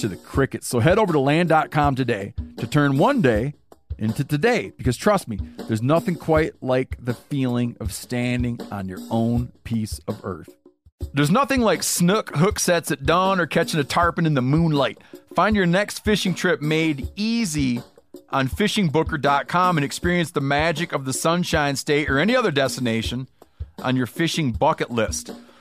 B: to the crickets. So head over to land.com today to turn one day into today because trust me, there's nothing quite like the feeling of standing on your own piece of earth. There's nothing like snook hook sets at dawn or catching a tarpon in the moonlight. Find your next fishing trip made easy on fishingbooker.com and experience the magic of the Sunshine State or any other destination on your fishing bucket list.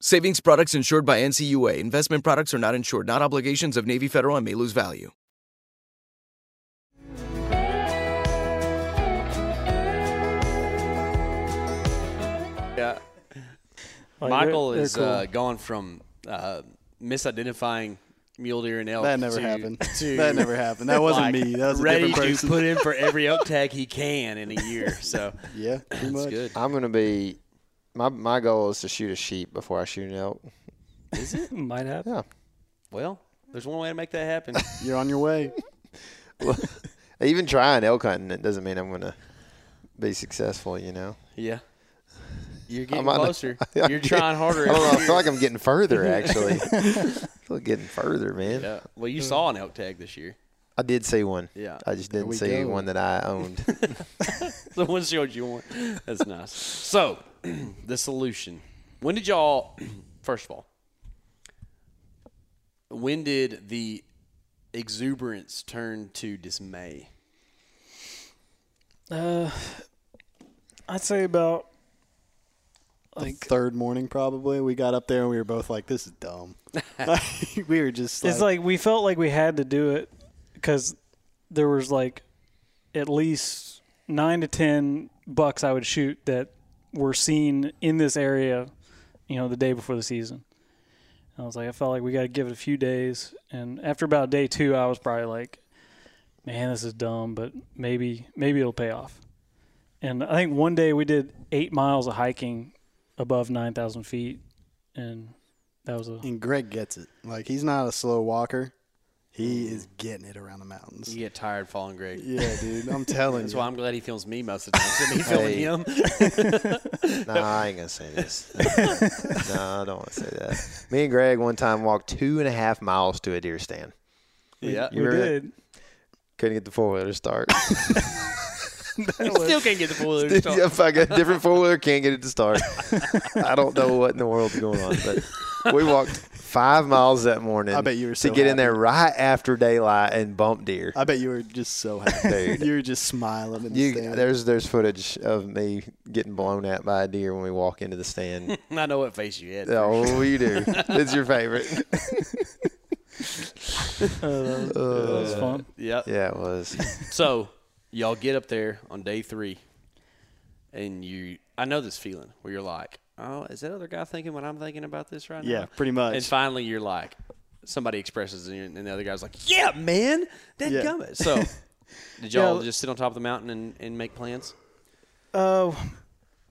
A: Savings products insured by NCUA. Investment products are not insured, not obligations of Navy Federal and may lose value.
E: Yeah.
G: Like,
E: Michael
G: they're- they're
E: is
G: cool.
E: uh, gone from uh, misidentifying mule deer and elk.
H: That never
E: to-
H: happened.
E: [LAUGHS] to,
H: That never happened. That wasn't
E: like,
H: me. That was a
E: ready
H: different
E: to
H: person.
E: put in for
H: [LAUGHS]
E: every elk tag he can in a year. So
H: Yeah, pretty
E: that's
H: much.
E: good.
F: I'm gonna be my my goal is to shoot a sheep before I shoot an elk.
G: might happen.
F: Yeah.
E: Well, there's one way to make that happen.
H: You're on your way.
F: Even trying elk hunting, it doesn't mean I'm gonna be successful, you know.
E: yeah. You're getting
F: on the-
E: closer.
F: [LAUGHS]
E: [LAUGHS] You're trying [LAUGHS] harder.
F: I don't know,
E: every
F: I
E: year.
F: feel like I'm getting
E: [LAUGHS]
F: further actually. I feel getting further, man.
E: Yeah. Well, you saw an elk tag this year. [LAUGHS]
F: I did see one.
E: Yeah.
F: I just didn't
H: we
F: see
H: go.
F: one that I owned.
E: The one showed you one. That's nice. So, [CLEARS THROAT] the solution. When did y'all? [CLEARS THROAT] First of all, when did the exuberance turn to dismay?
G: Uh, I'd say about like
H: Third morning, probably. We got up there and we were both like, "This is [LAUGHS] dumb." we were just. Like,
G: it's like we felt like we had to do it because there was like at least nine to ten bucks I would shoot that were seen in this area, you know, the day before the season. I was like, I felt like we got to give it a few days, and after about day two, I was probably like, man, this is dumb, but maybe maybe it'll pay off. And I think one day we did eight miles of hiking above nine thousand feet, and that was a
H: And Greg gets it. Like he's not a slow walker. He is getting it around the mountains.
E: You
H: Yeah,
E: get tired following Greg.
H: dude. I'm telling
E: That's
H: you.
E: why I'm glad he films me most of the time. [LAUGHS] So me filming
F: Hey.
E: him.
F: Nah, I ain't gonna say
H: [LAUGHS]
F: this. no, I don't want to say that. Me and Greg one time walked two and a half miles to a deer stand.
E: Yeah.
F: You
G: we
F: remember that?
G: did.
F: Couldn't get the four wheeler to
H: [LAUGHS]
F: start.
E: [LAUGHS] [LAUGHS] Still can't get the
F: [LAUGHS]
E: full image.
F: if I got a
H: [LAUGHS]
F: different four wheeler, can't get it to start. I don't know what in the world's going on, but
H: [LAUGHS]
F: we walked five miles that morning.
H: I bet you were so
F: to get in there right after daylight and bump deer.
H: I bet you were just so happy.
F: Dude.
H: you were just smiling in the
F: You,
H: stand.
F: there's there's footage of me getting blown out by a deer when we walk into the stand.
H: [LAUGHS]
E: I know what face you had.
F: oh, you do. It's your
H: [LAUGHS]
F: favorite.
G: Uh, that, was, that was fun.
E: Yep.
F: Yeah, it was.
E: So y'all get up there on day three, and you. I know this feeling where you're like, "Oh, is that other guy thinking what I'm thinking about this right now?"
H: Yeah, pretty much.
E: And finally, you're like, somebody expresses, it, and the other guy's like, "Yeah, man, that
H: Yeah.
E: gummit."
H: [LAUGHS]
E: So, did y'all
G: Yeah.
E: just sit on top of the mountain and, and make plans?
G: Uh,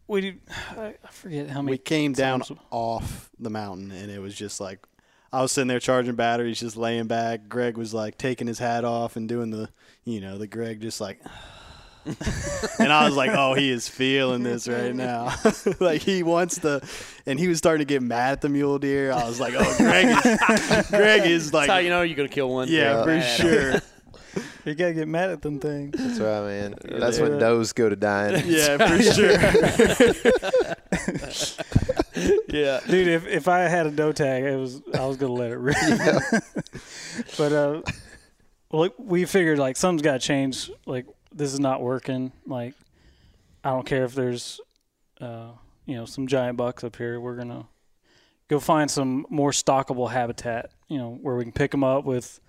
G: we did, [SIGHS] I I forget how many.
H: we came down
G: times-
H: off the mountain and it was just like I was sitting there charging batteries, just laying back. Greg was like taking his hat off and doing the, you know, the Greg just like, [SIGHS] and I was like, oh, he is feeling
E: [LAUGHS]
H: this right now. [LAUGHS] like he wants the, and he was starting to get mad at the mule deer. I was like,
E: [LAUGHS]
H: oh, Greg, is, Greg is like,
E: That's how you know you're gonna kill one.
H: yeah, for sure.
G: You gotta get mad at them things.
F: That's right, man. That's when does go to dying.
H: Yeah, for sure. [LAUGHS]
E: Yeah.
G: dude. If, if I had a doe tag, it was I was gonna let it rip. [LAUGHS] but uh, well, we figured like something's got to change. Like this is not working. Like I don't care if there's uh, you know some giant bucks up here. We're gonna go find some more stockable habitat. You know where we can pick them up with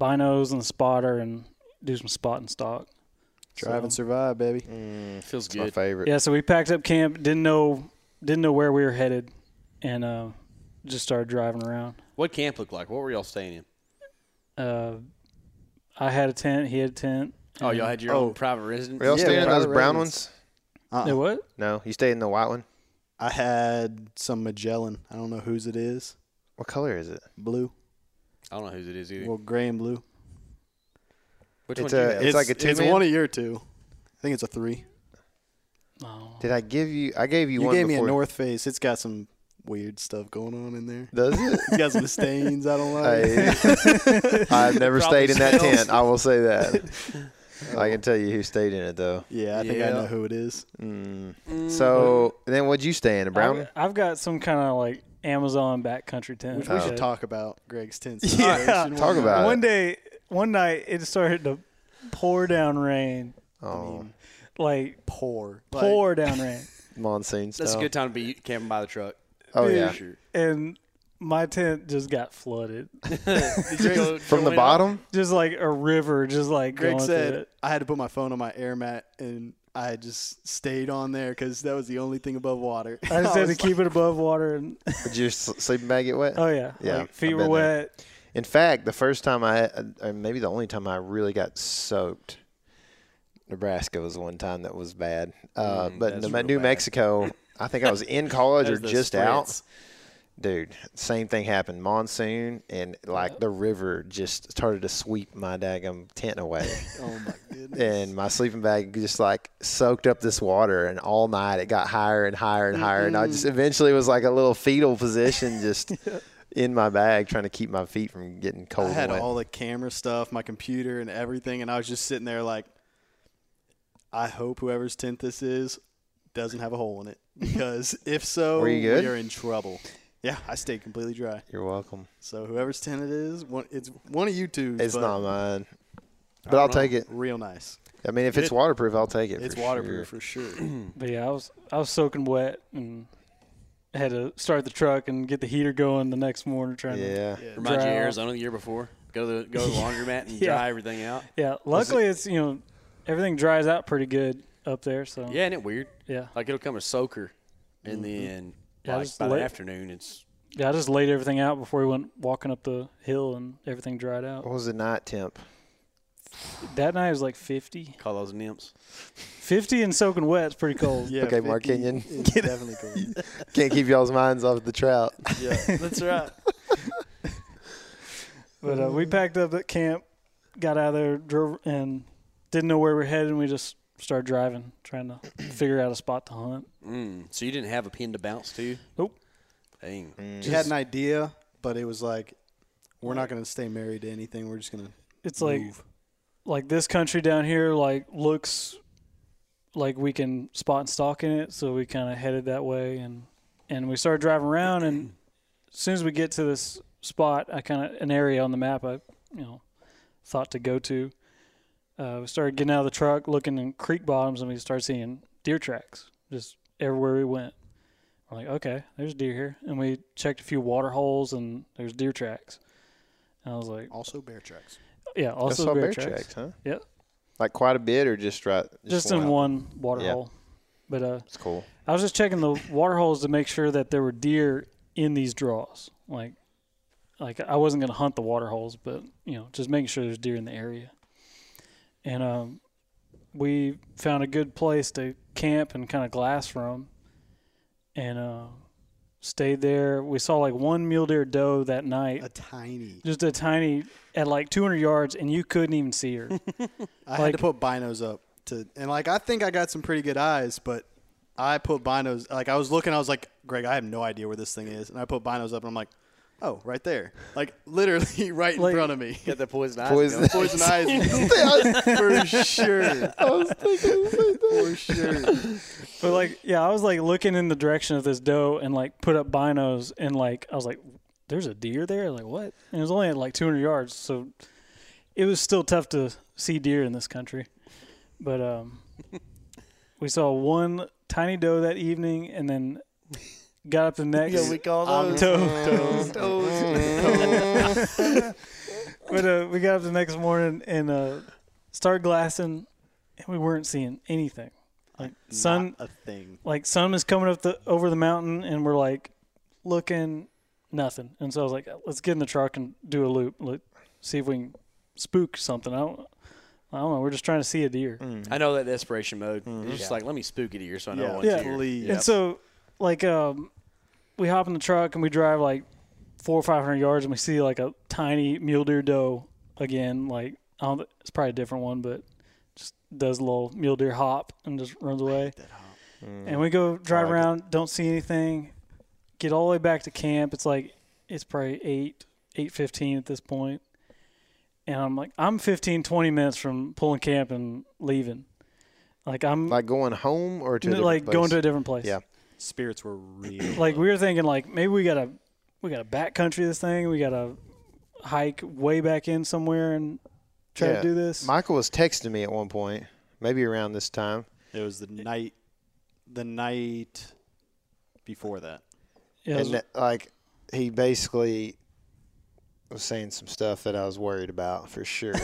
G: binos and a spotter and do some spot and stalk.
H: Drive and survive, baby.
E: [LAUGHS] feels
F: My
E: good.
F: favorite.
G: Yeah, so we packed up camp. Didn't know didn't know where we were headed, and uh, just started driving around.
E: What camp look like? What were y'all staying in?
G: uh, I had a tent. He had a tent.
E: Oh, y'all had your own private residence.
F: We all
H: Yeah,
F: stayed in
H: Private
F: those brown
H: Residence.
F: ones?
G: It what?
F: No, you stayed in the white one.
H: I had some Magellan. I don't know whose it is.
F: What color is it?
H: Blue.
E: I don't know whose it is either.
H: Well, gray and blue.
E: Which
F: It's
E: one?
F: a-
E: do you have?
F: it's like a
H: It's
F: two-man?
H: one of your two. I think it's a three.
F: Did I give you? I gave you,
H: You
F: one
H: gave me
F: before.
H: a North Face. It's got some weird stuff going on in there.
F: Does it?
H: It's got some stains I don't like.
F: I, I've never
E: Probably
F: stayed in that
E: smells.
F: tent. I will say that. I can tell you who stayed in it though.
H: yeah, I think I
E: Yeah.
H: know who it is.
F: So then, what'd you stay in? A brown?
G: I've, I've got some kind of like Amazon backcountry tent.
H: Which we should talk about Greg's tents. Yeah,
F: Talk about
G: one
F: it.
G: day, one night, it started to pour down rain,
F: Oh,
G: like
H: poor.
G: pour down rain,
F: monsoon stuff.
E: That's a good time to be camping by the truck.
F: Oh yeah,
G: and my tent just got flooded,
E: [LAUGHS]
F: from the bottom.
G: just like a river, just like
H: Greg
G: going through
H: said
G: it.
H: I had to put my phone on my air mat and I just stayed on there because that was the only thing above water.
G: I just had to
H: was
G: keep it above water, and
F: Did your s- sleeping bag get wet?
G: oh yeah,
F: Yeah,
G: like, feet
F: I've
G: were
F: been there.
G: wet.
F: In fact, the first time I, or maybe the only time I really got soaked, Nebraska was one time that was bad. Uh,
H: Mm,
F: but New, New Mexico, I think I was
H: [LAUGHS]
F: in college or
H: those
F: just out.
H: sprints.
F: Dude, same thing happened. Monsoon and like the river just started to sweep my daggum tent away.
H: [LAUGHS] Oh my goodness.
F: and my sleeping bag just like soaked up this water and all night it got higher and higher and higher and i
H: Mm-hmm.
F: just eventually was like a little fetal
H: [LAUGHS]
F: position just in my bag trying to keep my feet from getting cold
H: I had
F: and wet.
H: all the camera stuff, my computer, and everything, and I was just sitting there like, I hope whoever's tent this is doesn't have a
F: [LAUGHS]
H: hole in it because if so,
F: Were you good?
H: we are in trouble. Yeah, I stayed completely dry.
F: you're welcome
H: So whoever's tent it is, one, it's one of you two.
F: it's
H: but
F: not mine but i'll take it
H: real nice.
F: i mean if it's waterproof i'll take it
H: It's
F: for
H: waterproof
F: sure.
H: for sure.
F: [CLEARS THROAT]
G: But yeah, I was I was soaking wet and had to start the truck and get the heater going the next morning trying to
F: yeah
E: Remind you
G: Dry
E: of
G: out.
E: Arizona the year before. Go to the
G: [LAUGHS]
E: go to the laundromat and
G: Yeah. Oh.
E: dry everything out.
G: Yeah. Luckily it's you know, everything dries out pretty good up there, so
E: Yeah, isn't it weird?
G: Yeah.
E: Like it'll come a soaker and then
G: Mm-hmm. Yeah,
E: like
G: just
E: by
G: late.
E: the afternoon it's
G: Yeah, I just laid
F: Oh.
G: everything out before we went walking up the hill and everything dried out.
F: what was the night temp
G: That night was like 50.
E: Call those nymphs.
G: 50 and soaking wet's pretty cold.
H: Yeah,
F: Okay, Mark
H: 50
F: Kenyon.
H: is definitely
F: [LAUGHS]
H: cool.
F: Can't keep y'all's minds off the trout.
E: Yeah,
F: [LAUGHS]
E: that's right.
G: But uh, we packed up at camp, got out of there, drove, and didn't know where we were headed. And we just started driving, trying to figure out a spot to hunt.
E: Mm, so you didn't have a pin to bounce to?
G: Nope.
E: Dang.
H: She had an idea, but it was like, we're not going to stay married to anything. We're just going to.
G: It's like,
H: Move.
G: like this country down here, like looks like we can spot and stalk in it. So we kind of headed that way, and and we started driving around. And as soon as we get to this spot, I kind of an area on the map I you know thought to go to. Uh, we started getting out of the truck, looking in creek bottoms, and we started seeing deer tracks just everywhere we went. We're like, okay, there's deer here, and we checked a few water holes, and there's deer tracks. And I was like,
H: Also bear tracks.
G: yeah, also
F: I saw
G: bear,
F: bear
G: tracks.
F: tracks, huh?
G: Yep,
F: Like quite a bit, or just right?
G: just, in one water
F: Yeah.
G: hole. But uh,
F: It's cool.
G: I was just checking the water holes to make sure that there were deer in these draws. Like, like I wasn't gonna hunt the water holes, but you know, just making sure there's deer in the area. And um, we found a good place to camp and kind of glass from, and uh, stayed there. We saw like one mule deer doe that night,
H: A tiny.
G: just a tiny at like 200 yards, and you couldn't even see her.
H: I had to put binos up to, and like I think I got some pretty good eyes, but I put binos. Like I was looking, I was like, Greg, I have no idea where this thing is, and I put binos up, and I'm like, oh, right there, like [LAUGHS] literally right in
G: Like-
H: front of me.
E: Got that poison eye.
F: Poison.
H: [LAUGHS] Poison eyes
G: [LAUGHS]
H: for sure. for sure.
G: But like, yeah, I was like looking in the direction of this doe and like put up binos and like I was like, "There's a deer there." Like what? And it was only at like 200 yards, so it was still tough to see deer in this country. But um, we saw one tiny doe that evening, and then got up the next.
E: call
G: Um, [LAUGHS] toe, toe. but uh, we got up the next morning and uh, started glassing, and we weren't seeing anything. Like sun,
H: Not a thing.
G: like sun is coming up the over the mountain and we're like looking nothing and so i was like let's get in the truck and do a loop let see if we can spook something i don't i don't know we're just trying to see a deer
E: I know that desperation mode. It's just like, let me spook it here so I know
H: Yeah.
E: what's
G: Mm-hmm. yeah
E: here.
H: Please.
G: and so like um we hop in the truck and we drive like four or five hundred yards and we see like a tiny mule deer doe again like I don't, it's probably a different one but just does a little mule deer hop and just runs away and we go drive around don't see anything get all the way back to camp it's like it's probably 8 8.15 at this point and i'm like i'm 15 20 minutes from pulling camp and leaving like i'm
F: Like going home or to a different
G: like going
F: place?
G: to a different place
F: Yeah.
H: Spirits were real.
G: like we were thinking like maybe we gotta we gotta backcountry this thing we gotta hike way back in somewhere and try
F: Yeah.
G: to do this
F: Michael was texting me at one point, maybe around this time.
H: It was the night, the night before that.
G: yeah,
F: and that, like he basically was saying some stuff that I was worried about for
G: [LAUGHS]
F: sure.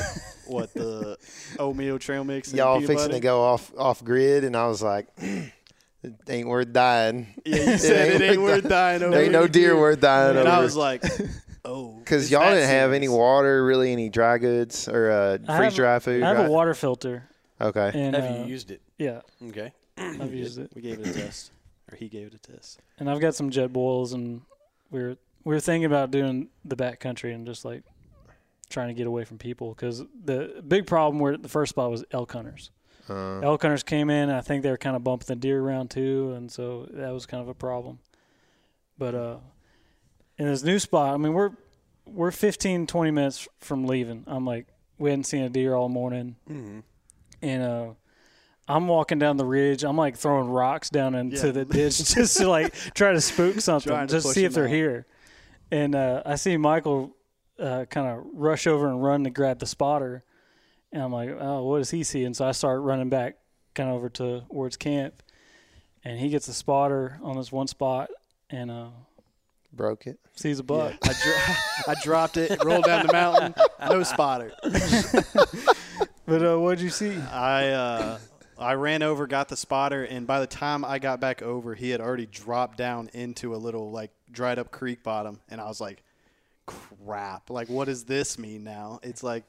H: What [LAUGHS] the oatmeal trail mix? And
F: Y'all
H: peanut
F: fixing
H: butter?
F: to go off off grid, and I was like, [CLEARS THROAT] "It ain't worth dying."
H: [LAUGHS] Yeah, you said it ain't worth dying.
F: There
H: over
F: ain't no
H: the
F: deer worth dying
H: And I
F: over. [LAUGHS]
H: was like, oh,
F: Because
H: it's
F: y'all
H: that
F: didn't have any
H: serious.
F: water, really, any dry goods or uh,
G: I
F: freeze
G: have-
F: dry food.
G: i have
F: right?
G: a water filter
F: Okay.
G: and
E: Have
G: uh,
E: you used it?
G: yeah
E: Okay.
G: i've used it
H: We gave it a test, or he gave it a test.
G: and i've got some jet boils and we we're we we're thinking about doing the backcountry and just like trying to get away from people because the big problem where the first spot was elk hunters elk hunters came in and i think they were kind of bumping the deer around too and so that was kind of a problem but uh in this new spot i mean we're we're 15 20 minutes from leaving i'm like we hadn't seen a deer all morning and uh i'm walking down the ridge i'm like throwing rocks down into the ditch [LAUGHS] just to like try to [LAUGHS] spook something
H: Trying to
G: just
H: push
G: see if
H: them
G: they're
H: out.
G: here and uh i see michael uh kind of rush over and run to grab the spotter and i'm like oh what does he see and so i start running back kind of over to ward's camp and he gets a spotter on this one spot and uh
F: Broke it.
G: sees a buck
H: I, dro- [LAUGHS] I dropped it, rolled down the mountain,
F: [LAUGHS]
H: no spotter.
G: [LAUGHS] But uh, what'd you see?
H: I uh, I ran over, got the spotter, and by the time I got back over, he had already dropped down into a little like dried up creek bottom, and I was like, "Crap! Like, what does this mean now?" It's like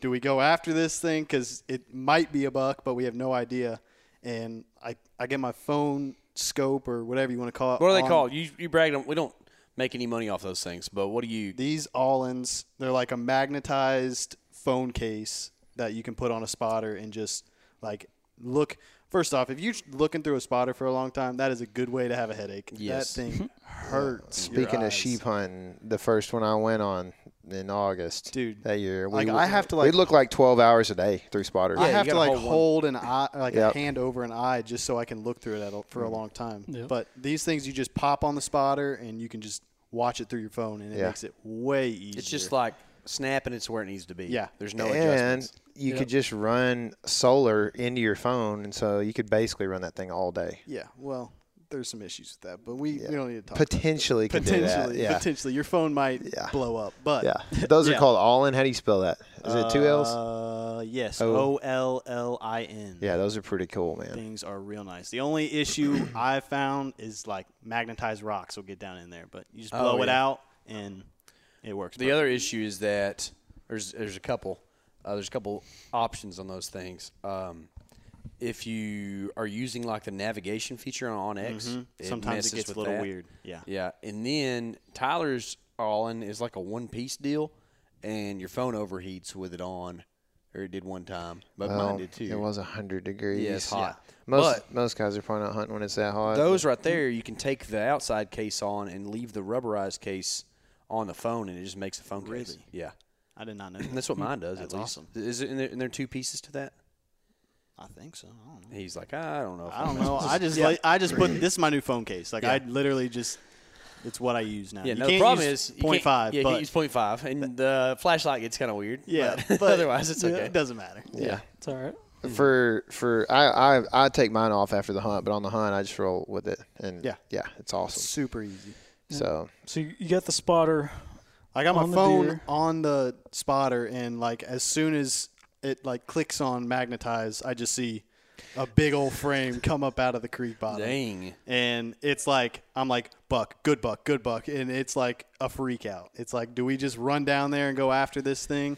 H: do we go after this thing? Because it might be a buck, but we have no idea. And I, I get my phone scope or whatever you want to call it.
E: What are they
H: on-
E: called? You you bragged on. We don't make any money off those things, but what do you?
H: These Allens, they're like a magnetized phone case that you can put on a spotter and just like look. First off, if you're looking through a spotter for a long time, that is a good way to have a headache.
E: Yes. Mm-hmm.
H: That thing hurts. your
F: Speaking of
H: eyes.
F: sheep hunting, the first one I went on in August,
H: Dude,
F: that year,
H: like, I have to, like-
F: we look like twelve hours a day through spotters.
H: I have
E: gotta
H: to like
E: hold one.
H: hold an eye, like
F: Yep.
H: a hand over an eye, just so I can look through it at a,
E: Mm-hmm.
H: for a long time. But these things, you just pop on the spotter and you can just watch it through your phone, and it
F: Yeah.
H: makes it way easier.
E: It's just like snapping. It's where it needs to be.
H: Yeah.
E: There's no
F: and
E: adjustments.
F: you could just run solar into your phone, and so you could basically run that thing all day.
H: yeah. Well, there's some issues with that, but we, we don't need to talk. about that.
F: Potentially, could do that,
H: potentially,
F: yeah.
H: potentially, your phone might
F: Yeah.
H: blow up. But
F: Yeah, those are called all in. How do you spell that? Is it two L's?
H: Uh, yes,
F: O-
E: Oh.
H: O L L I N.
F: Yeah, those are pretty cool, man.
H: Things are real nice. The only
E: [CLEARS THROAT]
H: issue I found is like magnetized rocks will get down in there, but you just blow it
E: Oh, yeah.
H: out and it works.
E: The other issue is that there's there's a couple uh, there's a couple options on those things. Um, if you are using like the navigation feature on X, it
H: Mm-hmm. Sometimes
E: messes
H: it gets a
E: with
H: little
E: that.
H: weird. Yeah.
E: yeah. And then Tyler's all in is like a one piece deal, and your phone overheats with it on, or it did one time, but mine
F: Well,
E: did too.
F: It was hundred degrees.
E: Yeah, it's hot.
F: Most
E: But-
F: most guys are probably not hunting when it's that hot.
E: Those right there, you can take the outside case on and leave the rubberized case on the phone, and it just makes a phone case.
H: Really?
E: Yeah,
H: I
E: [CLEARS THROAT]
H: did not know. That.
E: that's what mine does.
H: That's
E: at least.
H: awesome.
E: Is it? And there, and there are two pieces to that.
H: I think so. I
E: [LAUGHS]
H: don't know.
E: He's like, I don't know. If
H: I don't know. I just like
E: [CLEARS THROAT]
H: I just put this is my new phone case. Like I literally just it's what I use now.
E: Yeah,
H: you
E: no, the
H: can't
E: problem
H: use
E: is you
H: point
E: can't-
H: five.
E: Yeah, you
H: but
E: can't use point five, and the flashlight gets kind of weird.
H: yeah,
E: but, [LAUGHS]
H: but
E: otherwise it's
H: yeah,
E: okay.
H: It doesn't matter.
F: yeah.
G: It's all right.
F: For for I, I I take mine off after the hunt, but on the hunt I just roll with it, and
H: Yeah.
F: yeah, it's awesome.
H: Super easy.
F: So
G: So you you got the spotter.
H: I got my
G: On the
H: phone
G: deer.
H: on the spotter, and like as soon as it like clicks on magnetize, I just see a big old frame come up out of the creek bottom.
E: Dang.
H: Mm-hmm. And it's like I'm like buck, good buck, good buck, and it's like a freak out. It's like, do we just run down there and go after this thing?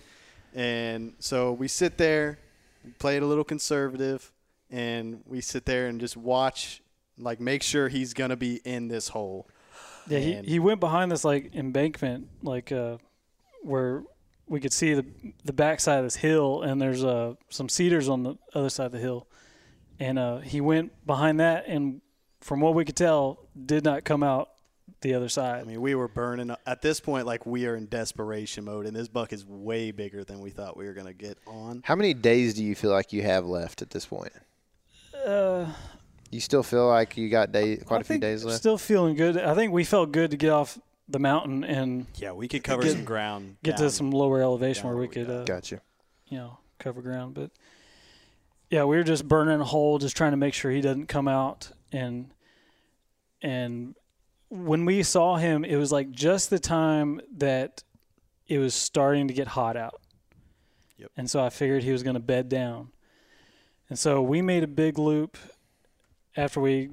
H: And so we sit there, play it a little conservative, and we sit there and just watch, like make sure he's gonna be in this hole.
G: Yeah, he,
H: And-
G: he went behind this like embankment, like uh, where we could see the the backside of this hill, and there's uh some cedars on the other side of the hill, and uh, he went behind that, and from what we could tell, did not come out the other side.
H: I mean, we were burning up. at this point. Like we are in desperation mode, and this buck is way bigger than we thought we were gonna get on.
F: how many days do you feel like you have left at this point?
G: uh,
F: You still feel like you got day quite
G: I
F: a few
G: think
F: days left.
G: still feeling good. I think we felt good to get off the mountain and
H: Yeah, we could cover some ground.
G: get to some lower elevation where we could uh,
F: gotcha.
G: you know, cover ground. But yeah, we were just burning a hole, just trying to make sure he doesn't come out. And and when we saw him, it was like just the time that it was starting to get hot out.
H: Yep.
G: And so I figured he was going to bed down. And so we made a big loop after we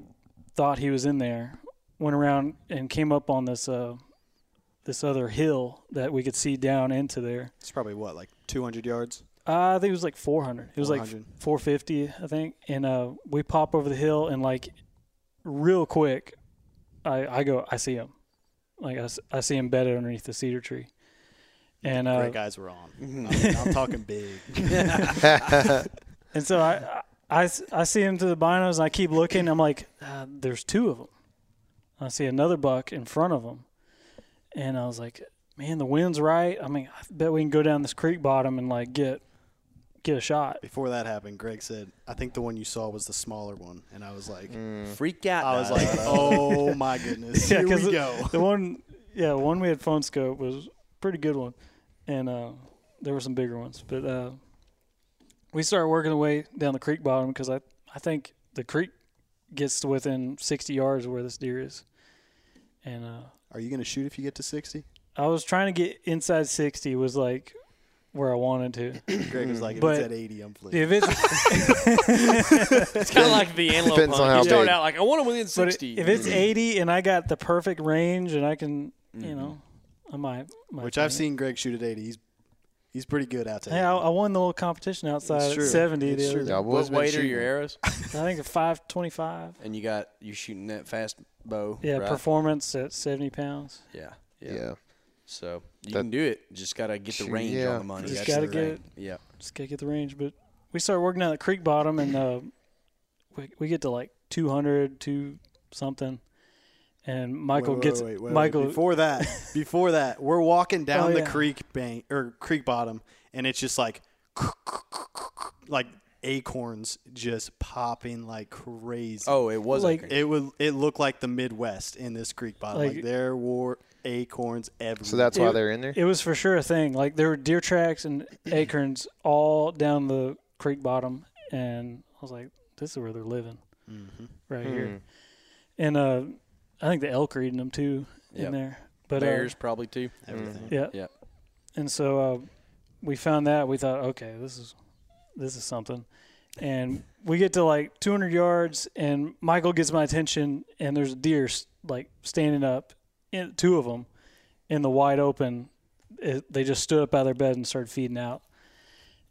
G: thought he was in there. Went around and came up on this uh, this other hill that we could see down into there.
H: It's probably what like 200 yards.
G: Uh, I think it was like 400. It was like
H: 400.
G: 450, I think. And uh, we pop over the hill, and like real quick, I, I go, I see him. Like I, s- I see him bedded underneath the cedar tree. And uh, mm-hmm.
H: Great guys were on. I mean,
G: [LAUGHS]
H: I'm talking big.
G: and so I, I- I s- I see him through the binos, and I keep looking. I'm like, uh, there's two of them. I see another buck in front of them, and I was like, man, the wind's right. I mean, I bet we can go down this creek bottom and like get get a shot.
H: Before that happened, Greg said, "I think the one you saw was the smaller one," and I was like,
G: Mm,
E: Freak out.
H: "I was like, oh
G: [LAUGHS]
H: my goodness, here we
G: the-
H: go."
G: The one, yeah, the one we had phone scope was a pretty good one, and uh, there were some bigger ones. But uh, we started working the way down the creek bottom because I I think the creek gets to within 60 yards of where this deer is, and uh,
H: Are you gonna shoot if you get to 60?
G: I was trying to get inside 60 was like where I wanted to.
H: Greg was like, "If
G: Mm, But-
H: it's at 80, I'm flipping."
G: If it's
E: it's kind of like the antelope.
F: Depends on
E: hunt.
F: how
E: you start
F: big.
E: out like I want him within
G: [LAUGHS] but
E: sixty.
G: if it's 80 and I got the perfect range and I can, you know, I might. might
H: Mm-hmm. Which
G: do
H: I've
G: it.
H: seen Greg shoot at 80. He's He's pretty good out there.
G: Hey, I, I won the little competition
H: It's
G: outside
H: true.
G: at 70
H: It's
G: the other
H: true.
G: day.
F: Y'all boys
E: What
F: been
E: weight are
H: [LAUGHS]
E: your
F: shooting.
E: arrows?
G: I think a 525.
E: and you got you shooting that fast bow.
G: Yeah,
E: right?
G: performance at 70 pounds.
E: yeah, yeah,
F: Yeah.
E: So you
F: That-
E: can do it. Just gotta get the
F: Shoot,
E: range
F: yeah.
E: on the money.
G: Just
E: That's
G: gotta
E: the
G: get
E: thing. Yeah.
G: Just gotta get the range. But we started working down the creek bottom, and uh, we, we get to like 200, two something. And Michael
H: Wait, wait,
G: gets
H: wait, wait, wait.
G: Michael.
H: Before that,
G: [LAUGHS]
H: before that, we're walking down
G: Oh,
H: the
G: yeah.
H: creek bank or creek bottom, and it's just like, like acorns just popping like crazy.
E: Oh, it was
G: Like-
E: like
H: it would. It looked like the Midwest in this creek bottom. Like,
G: Like-
H: there were acorns everywhere.
F: So that's why
G: It-
F: they're in there.
G: It was for sure a thing. Like there were deer tracks and [CLEARS THROAT] acorns all down the creek bottom, and I was like, "This is where they're living,
H: Mm-hmm.
G: right
H: Hmm.
G: here." And uh, I think the elk are eating them too
E: Yep.
G: in there. But
E: bears
G: uh,
E: probably too.
H: everything.
G: yeah,
E: Yeah.
G: and so uh, we found that we thought, okay, this is this is something. And we get to like 200 yards, and Michael gets my attention, and there's a deer s- like standing up, in, two of them, in the wide open. It, they just stood up out of their bed and started feeding out,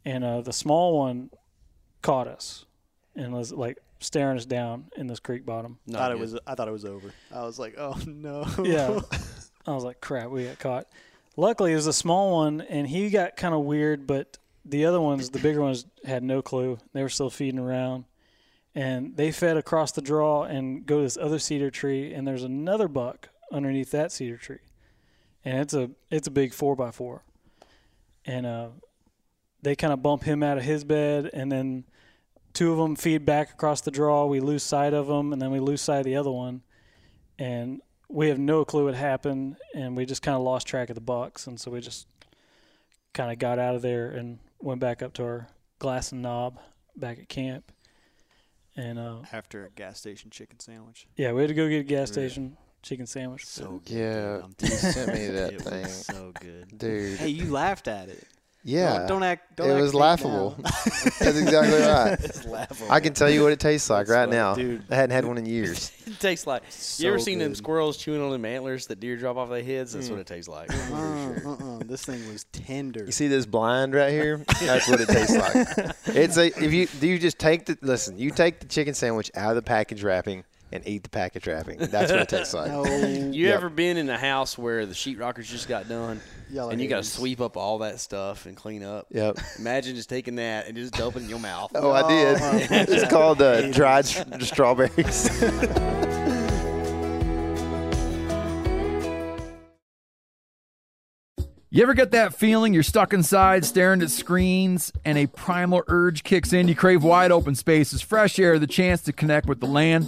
G: and uh, the small one caught us, and was like staring us down in this creek bottom.
E: Not
H: Thought it
E: good.
H: was. I thought it was over. I was like, oh [LAUGHS] no.
G: Yeah. I was like, crap, we got caught. Luckily, it was a small one, and he got kind of weird, but the other ones, the bigger ones, had no clue. They were still feeding around. And they fed across the draw and go to this other cedar tree, and there's another buck underneath that cedar tree. And it's a it's a big four by four. And uh, they kind of bump him out of his bed, and then two of them feed back across the draw. We lose sight of them, and then we lose sight of the other one and we have no clue what happened and we just kind of lost track of the bucks and so we just kind of got out of there and went back up to our glass and knob back at camp and uh
H: After a gas station chicken sandwich.
G: yeah we had to go get a gas station chicken sandwich
H: So good.
F: Yeah,
H: dude. I'm
F: you
H: telling
F: sent me that
H: [LAUGHS] It
F: thing,
H: was so good.
F: dude.
H: Hey, you laughed at it.
F: yeah,
H: Don't, don't act. Don't
F: it
H: act
F: was
H: big
F: laughable.
H: now.
F: [LAUGHS] That's [LAUGHS]
H: [LAUGHS]
F: exactly right.
H: it's laughable.
F: I can tell you what it tastes like right now.
H: dude.
F: I hadn't had one in years.
E: It tastes like. you ever
H: So
E: seen them
H: good.
E: squirrels chewing on them antlers that deer drop off their heads? That's what it tastes like.
G: Mm.
H: Uh, uh, this thing was tender.
F: You see this blind right here? That's what it tastes like.
E: [LAUGHS]
F: It's a if you do you just take the listen, you take the chicken sandwich out of the package wrapping and eat the package wrapping. That's what it tastes like.
H: No,
E: [LAUGHS] You
F: Yep.
E: ever been in a house where the sheetrockers just got done,
H: Y'all are
E: and you got to
H: haters.
E: sweep up all that stuff and clean up?
F: Yep.
E: [LAUGHS] Imagine just taking that and just dumping it in your mouth.
F: [LAUGHS] Oh, I did. It's called uh, dried s- strawberries.
B: You ever get that feeling you're stuck inside staring at screens and a primal urge kicks in? You crave wide open spaces, fresh air, the chance to connect with the land.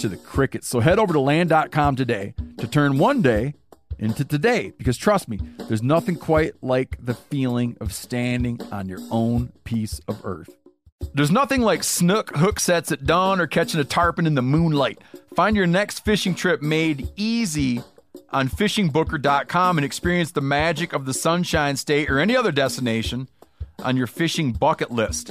B: to the crickets. So head over to land.com today to turn one day into today because trust me, there's nothing quite like the feeling of standing on your own piece of earth. There's nothing like snook hook sets at dawn or catching a tarpon in the moonlight. Find your next fishing trip made easy on fishingbooker.com and experience the magic of the Sunshine State or any other destination on your fishing bucket list.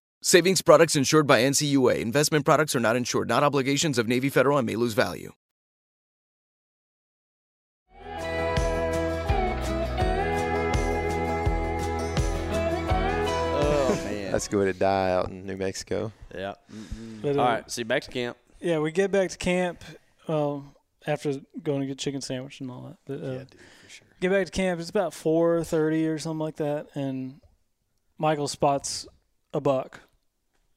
A: Savings products insured by NCUA. Investment products are not insured, not obligations of Navy Federal and may lose value.
F: That's good to die out in New Mexico.
E: Yeah.
G: But, uh,
E: All right. See, back to camp.
G: Yeah, we get back to camp um, after going to get chicken sandwich and all that. But, uh, Get back to camp. It's about four thirty or something like that, and Michael spots a buck.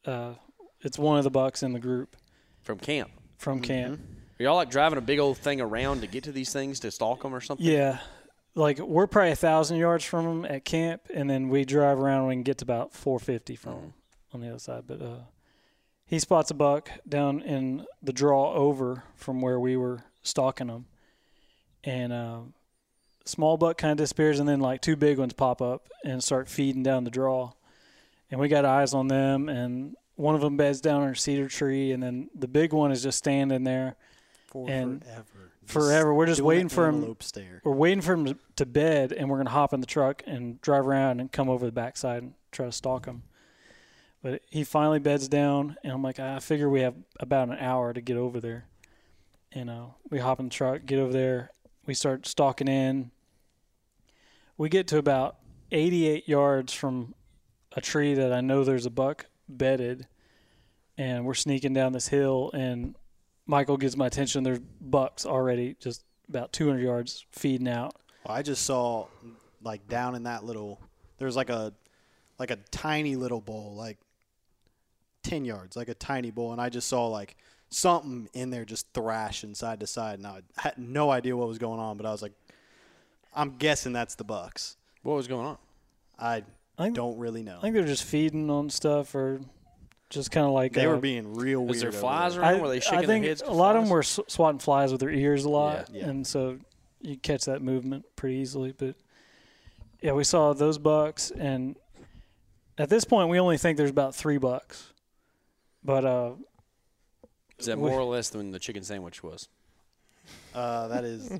G: Uh, it's one of the bucks in the group
E: From camp.
G: from camp.
E: Are y'all like driving a big old thing around to get to these things to stalk them or something?
G: Yeah, like we're probably a thousand yards from him at camp, and then we drive around and we can get to about four fifty from him on the other side. But uh, he spots a buck down in the draw over from where we were stalking him, and uh, small buck kind of disappears, and then like two big ones pop up and start feeding down the draw, and we got eyes on them, and one of them beds down under a cedar tree, and then the big one is just standing there.
H: For
G: And
H: forever.
G: forever. We're just
H: doing
G: waiting
H: an
G: for 'em-
H: antelope stare.
G: we're waiting for him to, to bed, and we're gonna hop in the truck and drive around and come over the backside and try to stalk him. But he finally beds down, and I'm like, I figure we have about an hour to get over there. And uh, we hop in the truck, get over there. We start stalking in. We get to about 88 yards from a tree that I know there's a buck bedded, and we're sneaking down this hill. And Michael gets my attention. There's bucks already, just about 200 yards feeding out.
H: Well, I just saw like down in that little there's like a like a tiny little bowl, like ten yards, like a tiny bowl, and I just saw like something in there just thrashing side to side and I had no idea what was going on, but I was like I'm guessing that's the Bucks.
E: What was going on?
H: I,
G: I think-
H: don't really know.
G: I think they're just feeding on stuff or just kind of like
H: they were
G: uh,
H: being real weird.
E: Was there
H: over
E: flies
H: there.
E: around? were they shaking
G: I think
E: their heads?
G: a lot of them were s- swatting flies with their ears a lot,
H: Yeah. Yeah.
G: and so you catch that movement pretty easily. But yeah, we saw those bucks, and at this point, we only think there's about three bucks. But uh,
E: Is that more or less than the chicken sandwich was?
H: Uh, that is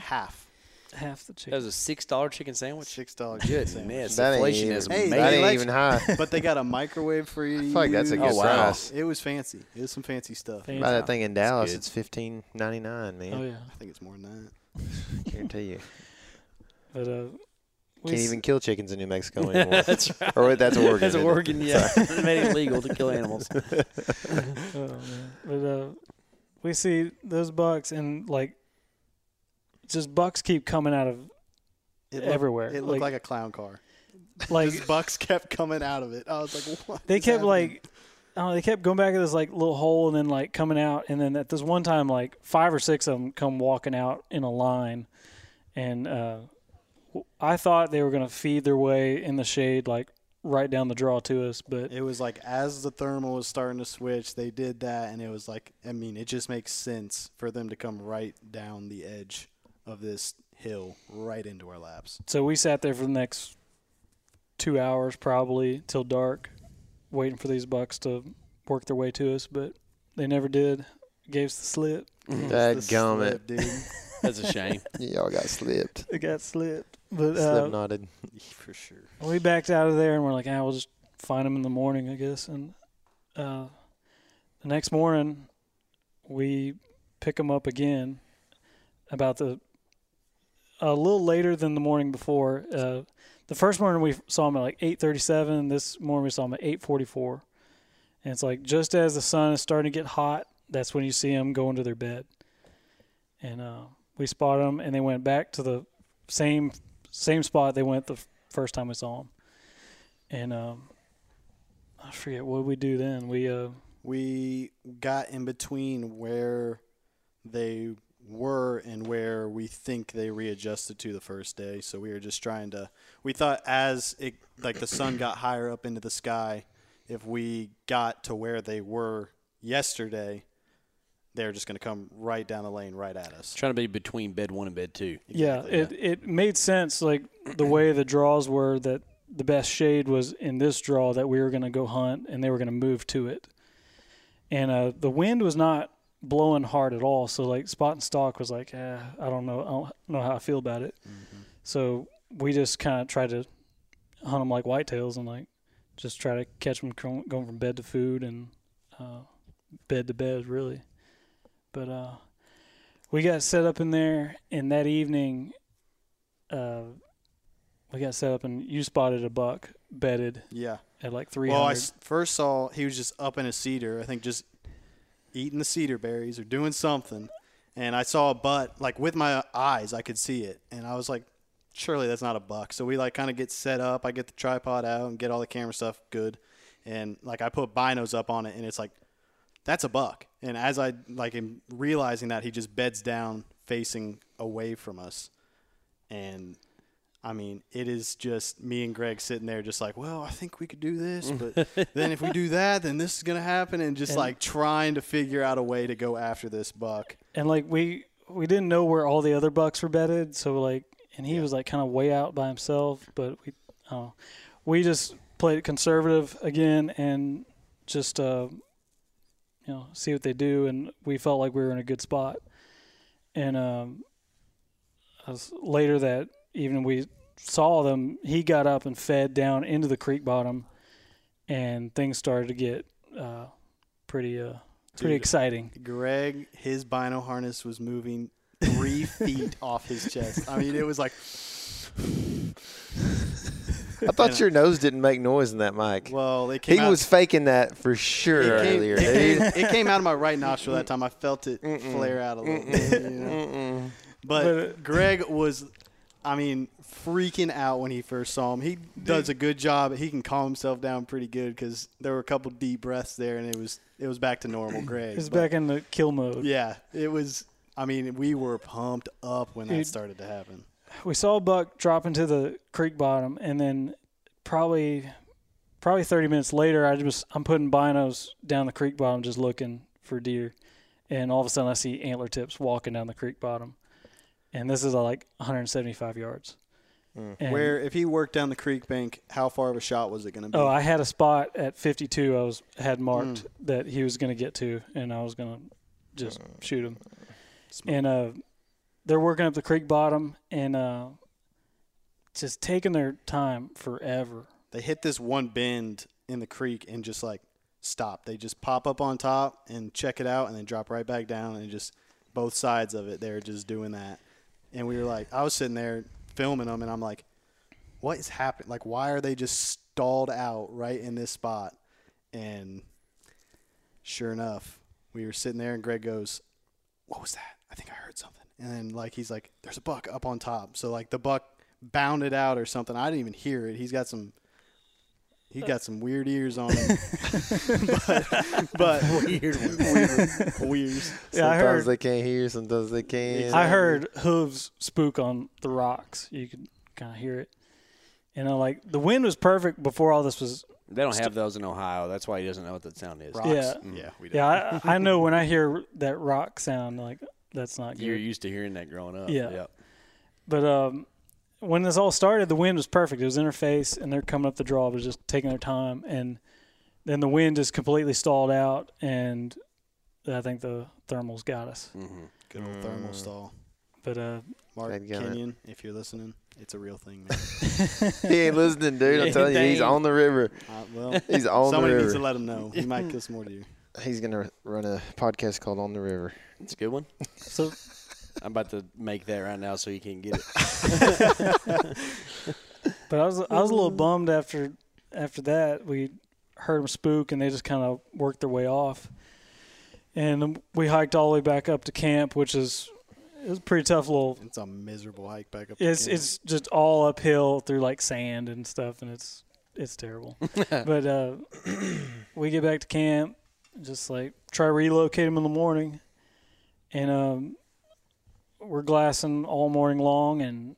F: [LAUGHS]
H: half.
G: half the
E: That
G: chicken.
E: was a six dollar chicken sandwich.
H: Six dollars.
E: Goodness,
F: That ain't
E: inflation
F: even-
E: is
F: Hey,
E: amazing.
F: that ain't
H: elect-
F: even high.
H: [LAUGHS] but they got a microwave for you. I
F: like that's a good price.
H: It was fancy. It was some fancy stuff.
G: Fancy.
F: Buy that thing in Dallas,
E: good.
F: it's fifteen ninety nine, man.
G: Oh yeah,
H: I think it's more than that.
F: Guarantee you.
G: but uh, we
F: Can't
G: s-
F: even kill chickens in New Mexico anymore. that's right. Or wait, that's Oregon.
E: [LAUGHS] That's
F: isn't it?
E: Oregon, yeah. they made it legal to kill animals.
G: Oh, man. But uh, we see those bucks and like just bucks keep coming out of
H: It
G: Everywhere.
H: It looked
G: Like-
H: like, a clown car. [LAUGHS]
G: like
H: These bucks kept coming out of it. I was like, what?
G: they
H: is
G: kept
H: happening?
G: like I don't know, they kept going back to this like little hole and then like coming out and then at this one time like five or six of them come walking out in a line and uh, w- I thought they were gonna feed their way in the shade like right down the draw to us but
H: It was like as the thermal was starting to switch, they did that, and it was like, I mean, it just makes sense for them to come right down the edge of this hill, right into our laps.
G: so we sat there for the next two hours probably till dark waiting for these bucks to work their way to us but they never did gave us the slip
F: That
H: The
F: gummit.
H: slip, dude.
E: That's a shame.
F: Y'all got slipped.
G: they got slipped but
F: Slip
G: uh,
F: knotted.
H: for sure.
G: we backed out of there and we're like, ah, we'll just find them in the morning, I guess. And uh, the next morning, we pick them up again about the a little later than the morning before. Uh, the first morning we saw him at like 8:37. This morning we saw him at 8:44, and it's like just as the sun is starting to get hot, that's when you see them going to their bed. And uh, we spotted them, and they went back to the same same spot they went the f- first time we saw them. And um, I forget what we do then. We uh,
H: We got in between where they were and where we think they readjusted to the first day. So we were just trying to. We thought as it like the sun got higher up into the sky, if we got to where they were yesterday, they're just going to come right down the lane, right at us.
E: Trying to be between bed one and bed two. [LAUGHS]
G: yeah, it it made sense like the way the draws were that the best shade was in this draw that we were going to go hunt and they were going to move to it. And uh, the wind was not blowing hard at all, so like spot and stalk was like, eh, I don't know, I don't know how I feel about it. So we just kind of tried to hunt them like whitetails and like just try to catch them going from bed to food and uh, bed to bed really. But uh, we got set up in there, and that evening, uh, we got set up and you spotted a buck bedded
H: Yeah,
G: at like 300.
H: Well, I s- first saw he was just up in a cedar. I think just eating the cedar berries or doing something. And I saw a butt like with my eyes. I could see it, and I was like, "Surely that's not a buck." So we like kind of get set up. I get the tripod out and get all the camera stuff good, and like I put binos up on it, and it's like, "That's a buck." And as I like am realizing that, he just beds down facing away from us, and I mean, it is just me and Greg sitting there, just like, well, I think we could
F: [LAUGHS]
H: do this, but then if we do that, then this is gonna happen, and just like trying to figure out a way to go after this buck.
G: and like we we didn't know where all the other bucks were bedded so like and he was like kind of way out by himself but we I don't know. we just played it conservative again and just uh you know see what they do and we felt like we were in a good spot and um I was, later that evening we saw them he got up and fed down into the creek bottom and things started to get uh pretty uh pretty
H: Dude.
G: exciting
H: Greg, his bino harness was moving
F: [LAUGHS]
H: three feet off his chest. I mean, it was like,
F: I thought your nose didn't make noise in that mic.
H: well, it came.
F: he
H: out,
F: was faking that for sure
H: it came,
F: earlier.
H: It came,
F: dude.
H: [LAUGHS] it came out of my right nostril that time. I felt it flare out a little bit. you know?
G: uh,
H: But Greg was, I mean, freaking out when he first saw him. He does a good job. He can calm himself down pretty good because there were a couple deep breaths there, and it was it was back
G: [CLEARS THROAT]
H: to normal. Greg,
G: he's
H: But,
G: back in the kill mode
H: Yeah, it was. I mean, we were pumped up when that
G: Dude.
H: started to happen.
G: we saw a buck drop into the creek bottom and then probably probably 30 minutes later i just i'm putting binos down the creek bottom just looking for deer and all of a sudden i see antler tips walking down the creek bottom and this is uh, like 175 yards And-
H: Where if he worked down the creek bank, how far of a shot was it going to be?
G: oh i had a spot at 52 i was had marked that he was going to get to and i was going to just shoot him and uh they're working up the creek bottom and uh just taking their time forever
H: they hit this one bend in the creek and just like stop. They just pop up on top and check it out and then drop right back down and just both sides of it. They're just doing that. And we were like, I was sitting there filming them and I'm like, what is happening? Like, why are they just stalled out right in this spot? And sure enough, we were sitting there and Greg goes, what was that? I think I heard something. And then like he's like, there's a buck up on top. So like the buck bounded out or something. I didn't even hear it. He's got some he got some weird ears
G: [LAUGHS]
H: on him. but, but weird weird weirds.
G: Yeah, I
F: Sometimes
G: heard.
F: they can't hear, sometimes they can.
G: I heard hooves spook on the rocks. You could kind of hear it. And I like the wind was perfect before all this was.
E: They don't have those in Ohio. That's why he doesn't know what that sound is.
H: Rocks.
G: Yeah.
H: Yeah, we did.
G: Yeah, I, I know when I hear that rock sound, like that's not good.
E: You're used to hearing that growing up.
G: Yeah.
E: Yep.
G: But um, when this all started, the wind was perfect. It was in her face, and they're coming up the draw, but just taking their time. And then the wind just completely stalled out, and I think the thermals got us.
H: Good old thermal stall.
G: But uh,
H: Mark
F: I'd get Mm. it.
H: Kenyon, if you're listening, it's a real thing.
F: [LAUGHS]
H: Man.
F: He ain't listening, dude. I'm telling you, he's on the river.
H: Uh, well, [LAUGHS]
F: He's on the
H: somebody
F: river.
H: needs to let him know.
F: [LAUGHS]
H: He might kill some more deer.
F: he's gonna run a podcast called On the River.
E: It's a good one.
G: so
E: I'm about to make that right now so you can
G: [LAUGHS]
E: get it.
G: But I was I was a little bummed after after that we heard them spook and they just kind of worked their way off, and we hiked all the way back up to camp, which is it was a pretty tough little.
H: It's a miserable hike back up. to
G: It's
H: camp.
G: it's just all uphill through like sand and stuff, and it's it's
H: [LAUGHS]
G: terrible. but uh,
H: [CLEARS THROAT]
G: we get back to camp, just like try to relocate them in the morning, and um, we're glassing all morning long and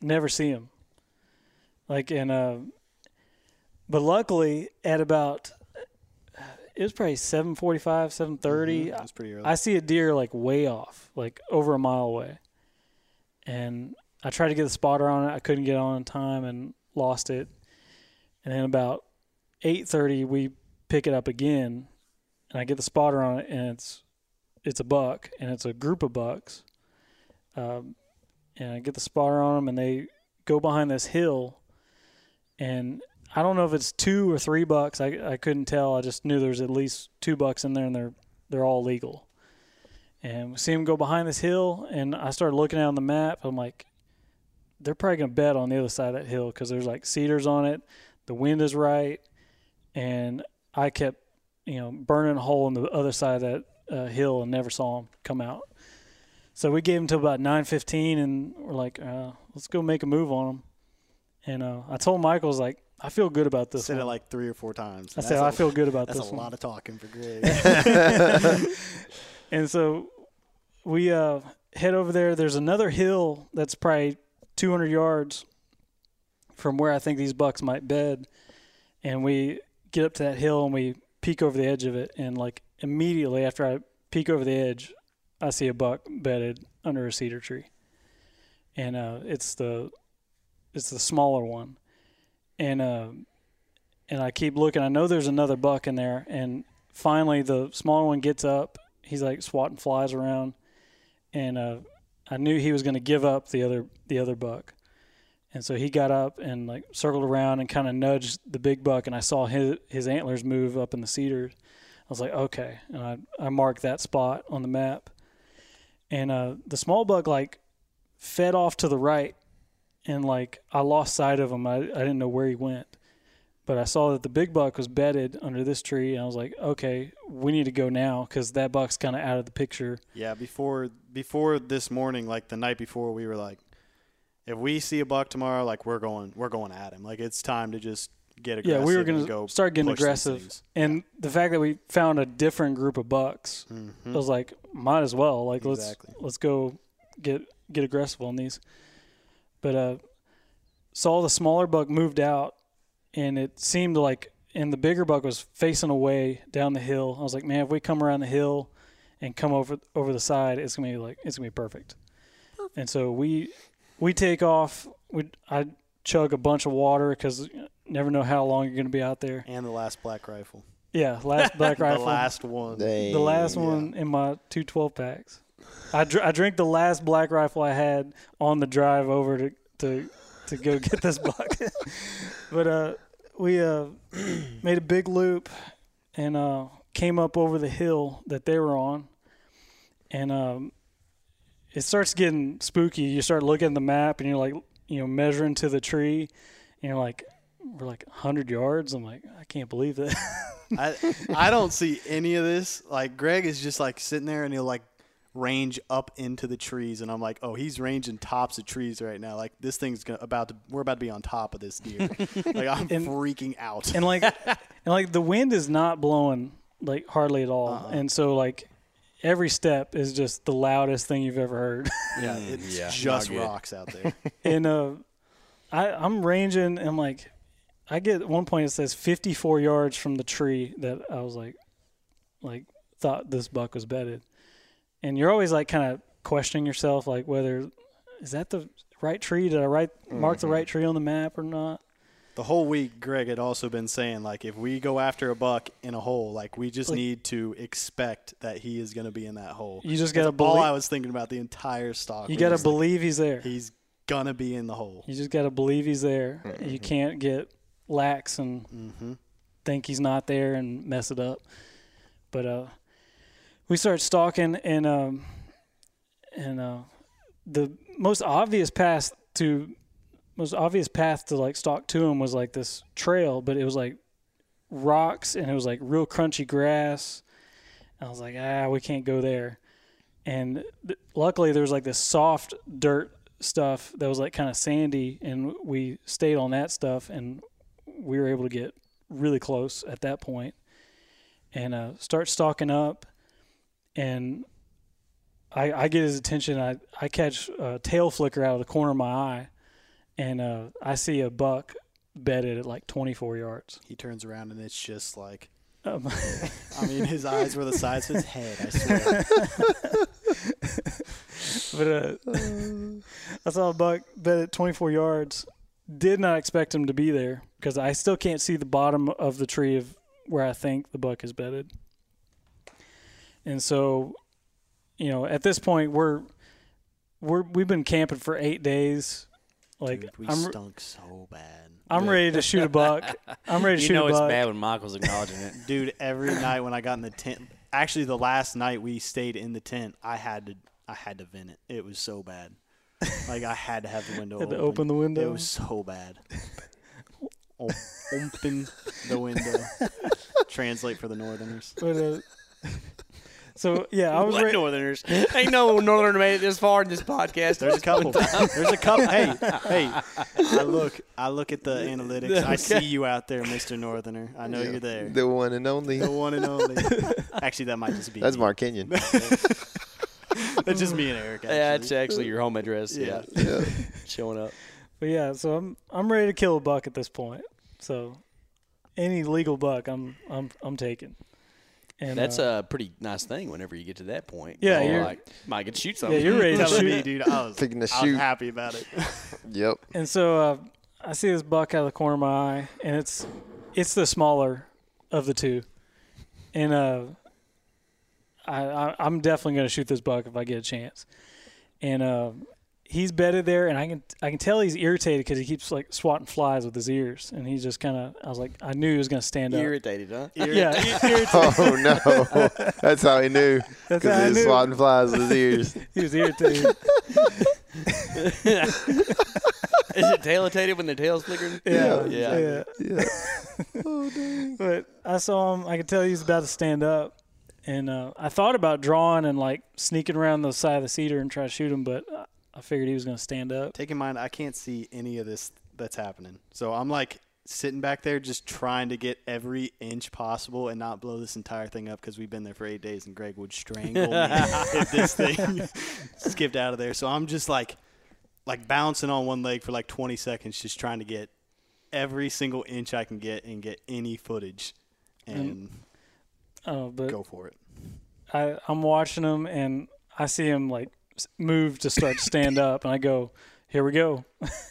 G: never see them. Like and uh, but luckily at about it was probably seven forty five, seven thirty.
H: Mm-hmm. It was pretty early.
G: I see a deer like way off, like over a mile away. And I tried to get the spotter on it. I couldn't get on in time and lost it. And then about 8:30 we pick it up again and I get the spotter on it and it's it's a buck and it's a group of bucks. Um, and I get the spotter on them and they go behind this hill and I don't know if it's two or three bucks. I, I couldn't tell. I just knew there's at least two bucks in there and they're they're all legal. And we see them go behind this hill, and I started looking out on the map. I'm like, they're probably gonna bet on the other side of that hill because there's like cedars on it. the wind is right, and I kept you know burning a hole in the other side of that uh, hill and never saw him come out. So we gave him till about nine fifteen, and we're like, uh, let's go make a move on him. And uh, I told Michael's like, I feel good about this.
H: Said
G: one.
H: it like three or four times.
G: I
H: That's
G: said,
H: a-
G: I feel good about
H: That's
G: this
H: a
G: one.
H: lot of talking for
G: [LAUGHS]
H: Greg. [LAUGHS]
G: And so we uh, head over there. There's another hill that's probably 200 yards from where I think these bucks might bed. And we get up to that hill and we peek over the edge of it. And like immediately after I peek over the edge, I see a buck bedded under a cedar tree. And uh, it's the it's the smaller one. And uh, and I keep looking. I know there's another buck in there, and finally the smaller one gets up. He's like swatting flies around, and uh, I knew he was going to give up the other the other buck, and so he got up and like circled around and kind of nudged the big buck, and I saw his his antlers move up in the cedars. I was like, okay, and I I marked that spot on the map, and uh, the small buck like fed off to the right, and like I lost sight of him. I I didn't know where he went but I saw that the big buck was bedded under this tree, and I was like, okay, we need to go now because that buck's kind of out of the picture.
H: Yeah, before before this morning, like the night before, we were like, if we see a buck tomorrow, like we're going, we're going at him. Like it's time to just get aggressive.
G: yeah, we were
H: going to
G: go start getting aggressive, and the fact that we found a different group of bucks, I was like, might as well, like
H: Mm-hmm. Exactly.
G: let's let's go get get aggressive on these. But uh, saw the smaller buck moved out, and it seemed like and the bigger buck was facing away down the hill. I was like, man, if we come around the hill and come over over the side, it's gonna be like it's gonna be perfect. And so we we take off. We I chug a bunch of water because never know how long you're gonna be out there.
H: And the last black rifle,
G: Yeah, last black
H: the
G: rifle,
H: last one.
F: Dang.
G: the last one in my two twelve packs. I dr- I drank the last black rifle I had on the drive over to to to go [LAUGHS] get this buck. but uh, we uh, [CLEARS THROAT] made a big loop and uh, came up over the hill that they were on, and um, it starts getting spooky. You start looking at the map and you're like, you know, measuring to the tree, and you're like, we're like hundred yards. I'm like, I can't believe that. [LAUGHS]
H: I I don't see any of this. Like Greg is just like sitting there and he'll like range up into the trees, and I'm like, oh, he's ranging tops of trees right now. Like this thing's gonna, about to, we're about to be on top of this
G: [LAUGHS]
H: deer. like I'm freaking out.
G: and
H: [LAUGHS]
G: like and like the wind is not blowing like hardly at all
H: Uh-huh.
G: and so like every step is just the loudest thing you've ever heard [LAUGHS]
H: yeah, it's just
E: not good.
H: rocks out there.
G: and uh i i'm ranging and like i get at one point it says 54 yards from the tree that i was like like thought this buck was bedded and you're always like kind of questioning yourself like whether is that the right tree did i right mark
H: Mm-hmm.
G: the right tree on the map or not
H: The whole week, Greg had also been saying like, if we go after a buck in a hole, like we just need to expect that he is going to be in that hole.
G: You just
H: That's
G: gotta
H: all
G: belie-
H: I was thinking about the entire stock.
G: you
H: was
G: got to
H: just like,
G: believe he's there
H: he's gonna be in the hole.
G: You just got to believe he's there. You can't get lax and think he's not there and mess it up. But uh, we start stalking, and um, and uh, the most obvious path to most obvious path to like stalk to him was like this trail, but it was like rocks and it was like real crunchy grass. I was like, ah, we can't go there. And th- luckily, there was like this soft dirt stuff that was like kind of sandy, and we stayed on that stuff, and we were able to get really close at that point, and uh, start stalking up, and I, I get his attention. I I catch a tail flicker out of the corner of my eye, and uh, I see a buck bedded at like 24 yards.
H: He turns around and it's just like,
G: Um,
H: I mean, his eyes were the size [LAUGHS] of his head. I swear.
G: but uh, [LAUGHS] I saw a buck bet at 24 yards. Did not expect him to be there because I still can't see the bottom of the tree of where I think the buck is bedded. And so, you know, at this point we're we're we've been camping for eight days. Like
H: Dude, we
G: I'm
H: stunk so bad.
G: I'm ready to shoot
E: [LAUGHS]
G: a buck. I'm ready to
E: You
G: shoot
E: know
G: a
E: it's
G: buck.
E: bad when Michael's acknowledging it.
H: Dude, every night when I got in the tent, actually the last night we stayed in the tent, I had to I had to vent it. It was so bad. Like I [LAUGHS] had to have the window
G: Had to
H: open. [LAUGHS]
G: open the window?
H: It was so bad. Oh, open the [LAUGHS] window. Translate for the Northerners.
G: But, uh, [LAUGHS] so yeah, [LAUGHS] I was
E: [LAUGHS] What
G: ra-
E: Northerners? Ain't no Northerner made it this far in this [LAUGHS] podcast.
H: There's a couple. There's a couple. Hey, hey!
E: [LAUGHS]
H: I look. I look at the analytics. I see you out there, Mr. Northerner. I know Oh, you're there.
F: The one and only.
H: The one
F: [LAUGHS]
H: and only. Actually, that might just be.
F: That's
H: me.
F: Mark
H: [LAUGHS]
F: Kenyon.
H: That's just me and Eric. Actually.
E: Yeah, it's actually your home address. Yeah,
F: Yeah.
E: [LAUGHS] showing up.
G: but yeah, so I'm I'm ready to kill a buck at this point. So any legal buck, I'm I'm I'm taking. And
E: That's
G: uh,
E: a pretty nice thing. Whenever you get to that point,
G: Yeah,
E: you're
G: you're-
E: like, might could shoot
G: yeah,
E: something.
G: you're
E: [LAUGHS]
G: ready to
H: Telling
G: shoot.
H: me, dude, I was,
F: Picking the
H: I
F: shoot.
H: was happy about it.
F: Yep.
G: And so uh, I see this buck out of the corner of my eye, and it's it's the smaller of the two, and uh, I, I I'm definitely going to shoot this buck if I get a chance. And uh, he's bedded there, and I can I can tell he's irritated because he keeps like swatting flies with his ears, and he's just kind of I was like I knew he was going to stand up.
E: irritated, huh?
G: yeah, he- irritated.
F: Oh
H: [LAUGHS]
F: no, that's how he knew
G: how I
F: because he was
G: knew.
F: swatting flies with his ears.
G: [LAUGHS] he was irritated.
E: [LAUGHS] Is it tailitated when their tail's flickering?
G: Yeah,
E: Yeah.
G: yeah.
F: Yeah.
G: But I saw him. I could tell he was about to stand up, and uh, I thought about drawing and like sneaking around the side of the cedar and try to shoot him, but I- I figured he was going to stand up.
H: Take in mind, I can't see any of this that's happening. So I'm like sitting back there, just trying to get every inch possible and not blow this entire thing up because we've been there for eight days and Greg
G: [LAUGHS]
H: would strangle me if this thing [LAUGHS] skipped out of there. So I'm just like, like bouncing on one leg for like 20 seconds, just trying to get every single inch I can get and get any footage and
G: Uh, Mm. but
H: go for it.
G: I, I'm watching him, and I see him like s- move to start to stand up, and I go, "Here we go." [LAUGHS]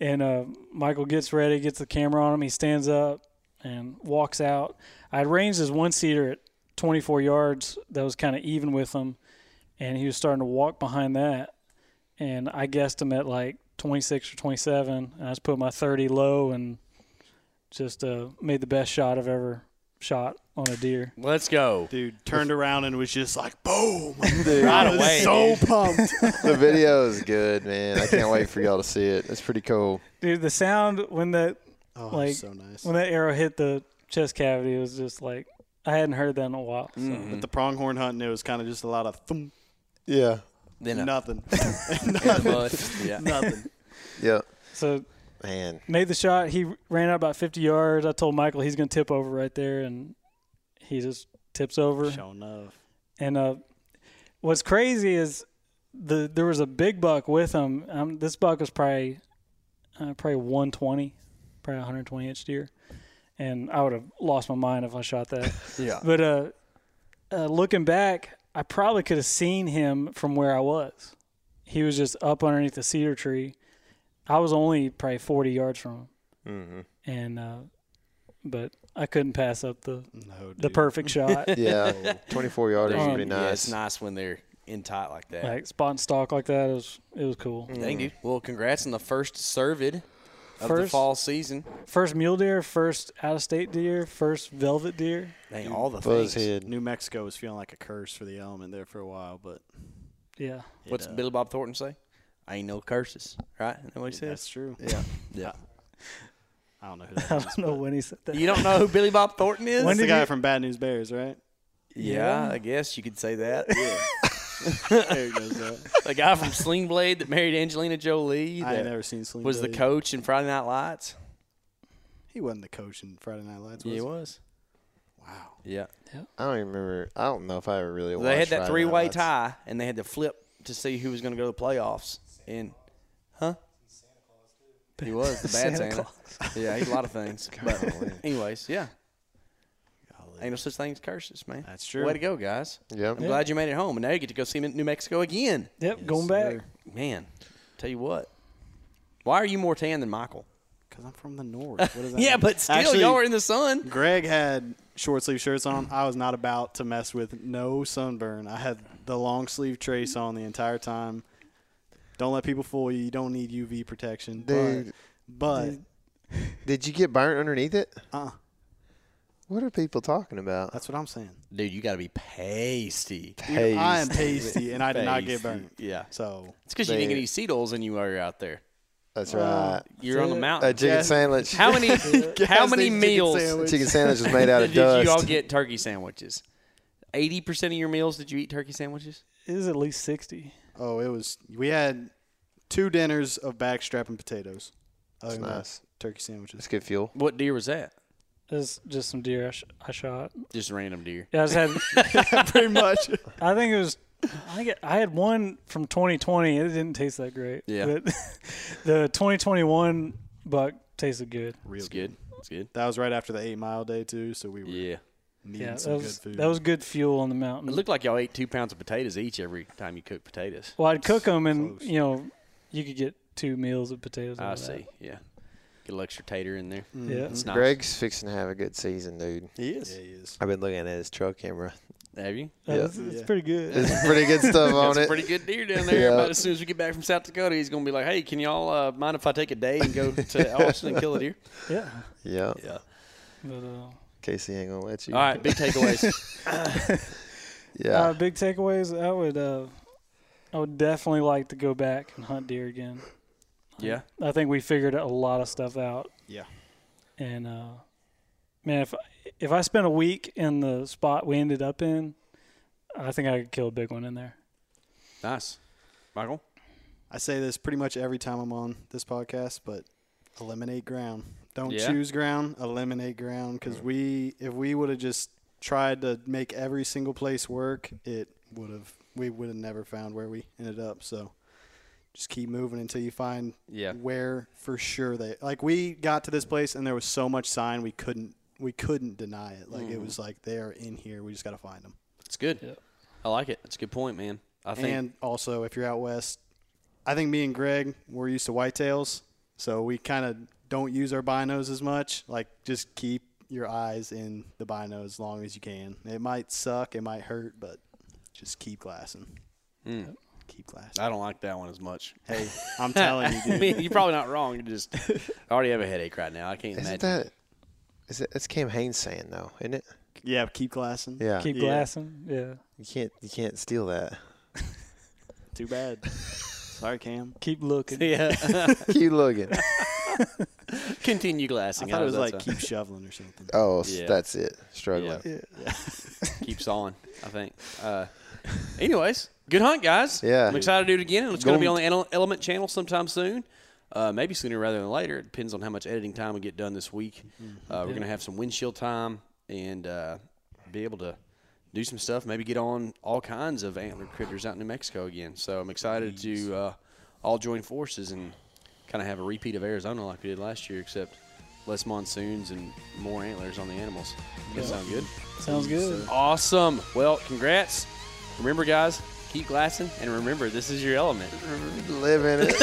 G: and uh, Michael gets ready, gets the camera on him. He stands up and walks out. I arranged his one seater at 24 yards that was kind of even with him, and he was starting to walk behind that. And I guessed him at like 26 or 27, and I just put my 30 low and just uh, made the best shot I've ever shot on a deer.
E: Let's go.
H: Dude turned around and was just like,
G: [LAUGHS]
H: boom. Oh,
F: Dude,
H: [LAUGHS] I [LAUGHS] was
E: away, [LAUGHS]
H: so pumped.
F: the video is good, man. I can't wait for y'all to see it. It's pretty cool.
G: Dude, the sound when that
H: Oh, it was
G: like
H: so nice.
G: when that arrow hit the chest cavity it was just like I hadn't heard that in a while. So.
H: With the pronghorn hunting, it was kind of just a lot of thump,
F: Yeah.
E: Then a- [LAUGHS]
H: nothing,
E: the bus. Yeah.
H: nothing.
F: Yeah.
G: so
F: Man.
G: made the shot. He ran out about 50 yards. I told Michael he's gonna tip over right there, and he just tips over.
H: Show enough.
G: And uh, what's crazy is the there was a big buck with him. Um, this buck was probably uh, probably 120, probably 120 inch deer, and I would have lost my mind if I shot that. [LAUGHS] yeah. But uh, uh, looking back, I probably could have seen him from where I was. He was just up underneath the cedar tree. I was only probably 40 yards from him, mm-hmm. and uh, but I couldn't pass up the
H: No,
G: the
H: dude. [LAUGHS]
G: perfect
F: [LAUGHS]
G: shot.
F: Yeah. 24 yards is
G: Um,
F: pretty
E: Yeah, it's
F: nice.
E: nice when they're in tight like that.
G: like spot and stalk like that. It was it was cool.
E: Dang, dude. Well, congrats on the first servid of the
G: First-
E: fall season.
G: First mule deer, first out of state deer, first velvet deer.
E: Dang, all the
F: Buzz
E: things.
F: head.
H: New Mexico was feeling like a curse for the element there for a while, but
G: Yeah,
E: What's Billy Bob Thornton say? Ain't no curses, right? Isn't That what he
H: that's
E: says.
H: true. Yeah,
E: Yeah.
H: I don't know who
G: [LAUGHS]
H: that
G: I
H: is.
G: don't know when he said that.
E: Uh, You don't know who Billy Bob Thornton is?
H: That's the
G: did
H: guy
G: you-
H: from Bad News Bears, [LAUGHS] right?
E: yeah, I guess you could say that.
H: Eric knows that.
E: [LAUGHS] the guy from Sling Blade that married Angelina Jolie.
H: I ain't
E: that
H: never seen Sling.
E: was the
H: Blade.
E: coach in Friday Night Lights.
H: He wasn't the coach in Friday Night Lights. Was
E: Yeah, he
H: he?
E: was.
H: Wow.
E: Yeah.
F: I don't even remember. I don't know if I ever really watched
E: They had
F: Friday
E: that
F: Night
E: three way
F: Lights.
E: tie, and they had to flip to see who was going to go to the playoffs. And, huh? He was the bad Santa. Yeah, he's a lot of [LAUGHS] things. but anyways, yeah. Ain't no such thing as curses, man.
H: That's true.
E: Way to go, guys.
F: Yep.
E: I'm glad you made it home, and now you get to go see him in New Mexico again.
G: Yep, going back.
E: Man, tell you what. Why are you more tan than Michael?
H: Because I'm from the north. What does that
E: Yeah,
H: mean?
E: but still,
H: Actually,
E: y'all were in the sun.
H: Greg had short sleeve shirts on. I was not about to mess with no sunburn. I had the long sleeve trace on the entire time. Don't let people fool you. You don't need UV protection.
F: Dude.
H: But, but
F: Did you get burnt underneath it?
H: Uh-uh.
F: What are people talking about?
H: that's what I'm saying.
E: Dude, you got to be pasty.
H: Dude, I
F: [LAUGHS]
H: am pasty, and I did not get
E: Pasty.
H: burned.
E: Yeah.
H: So
E: It's because you didn't get any seed oils in you while you're out there.
F: That's right.
E: You're on the
F: A
E: mountain.
F: chicken sandwich.
E: uh,
F: [LAUGHS]
E: How many how many
H: chicken
E: meals
H: sandwich.
F: chicken sandwich is made out of
E: [LAUGHS] did you all
F: dust.
E: get turkey sandwiches? Eighty percent of your meals did you eat turkey sandwiches?
G: It is at least 60.
H: Oh, it was. We had two dinners of backstrap and potatoes. That's
F: nice.
H: Turkey sandwiches.
F: It's good fuel.
E: What deer was that?
G: It's just some deer I, sh- I shot.
E: Just random deer.
G: Yeah, I just had. [LAUGHS]
H: Pretty much.
G: I think it was. I think it, I had one from 2020. It didn't taste that great.
E: Yeah.
G: But [LAUGHS] the 2021 buck tasted good.
H: Mm,
E: It's good. It's good.
H: That was right after the eight mile day too, so we were
E: Yeah.
H: needing
G: Yeah, that
H: some
G: was
H: good food.
G: that was good fuel on the mountain.
E: It looked like y'all ate two pounds of potatoes each every time you cooked potatoes.
G: well, I'd cook them, and you know, you could get two meals of potatoes. out
E: I
G: of that.
E: see. Mm-hmm. Yeah. Get a little extra tater in there.
F: Mm.
G: Yeah.
E: It's nice.
F: Greg's fixing to have a good season, dude.
H: he is. Yeah, he is.
F: I've been looking at his trail
E: [LAUGHS]
F: camera.
E: Have you?
G: Uh, It's, it's pretty good.
F: There's some pretty good stuff on
E: That's a
F: it.
E: pretty good deer down there.
F: Yeah.
E: But as soon as we get back from South Dakota, he's gonna be like, "Hey, can y'all uh, mind if I take a day and go to Austin and kill a deer?"
G: yeah.
F: yeah.
G: But, uh,
F: Casey ain't gonna let you.
E: All right, big takeaways.
F: Yeah.
G: Uh, big takeaways. I would. Uh, I would definitely like to go back and hunt deer again.
E: [LAUGHS] yeah,
G: I think we figured a lot of stuff out.
H: Yeah.
G: And uh, man, if if I spent a week in the spot we ended up in, I think I could kill a big one in there.
E: nice, Michael.
H: I say this pretty much every time I'm on this podcast, but eliminate ground. Don't
E: Yeah.
H: choose ground. Eliminate ground because we, if we would have just tried to make every single place work, it would have. We would have never found where we ended up. So just keep moving until you find
E: Yeah.
H: where for sure they like. We got to this place and there was so much sign we couldn't we couldn't deny it. Like it
E: Mm-hmm.
H: was like they are in here. We just got to find them.
E: It's good. I like it. It's a good point, man. I think
H: And also, if you're out west, I think me and Greg we're used to whitetails, so we kind of don't use our binos as much. Like, just keep your eyes in the binos as long as you can. It might suck, it might hurt, but just keep glassing. Keep glassing.
E: I don't like that one as
H: [LAUGHS]
E: much.
H: Hey, I'm telling Oh, you,
E: [LAUGHS] I
H: dude.
E: mean, you're probably not wrong. You just I already have a headache right now. I can't
F: Isn't
E: imagine.
F: that? Is it? That's Cam Haynes saying though, isn't it?
H: Yeah, keep glassing.
F: Yeah.
G: Keep glassing. Yeah.
F: you can't. You can't steal that.
H: Too bad. Sorry, Cam.
G: Keep looking.
E: yeah.
F: Keep [LAUGHS] looking.
E: Continue
H: I
E: glassing.
H: thought it was like
E: that's
H: keep shoveling or something.
F: Oh, s-
E: Yeah.
F: that's it.
E: a-
F: Struggling.
E: yeah. Keep sawing. I think. Uh, anyways, good hunt, guys.
F: Yeah.
E: I'm excited to do it again. and It's going to
F: Go-
E: be on the Ele- Element channel sometime soon. Uh, maybe sooner rather than later. It depends on how much editing time we get done this week. Uh, we're going to have some windshield time and uh, be able to do some stuff. Maybe get on all kinds of antler critters out in New Mexico again. So I'm excited to uh, all join forces and kind of have a repeat of Arizona like we did last year, except less monsoons and more antlers on the animals. Does that sound good?
G: Sounds good.
E: Awesome. Well, congrats. Remember, guys, keep glassing, and remember, this is your element.
F: Live in it.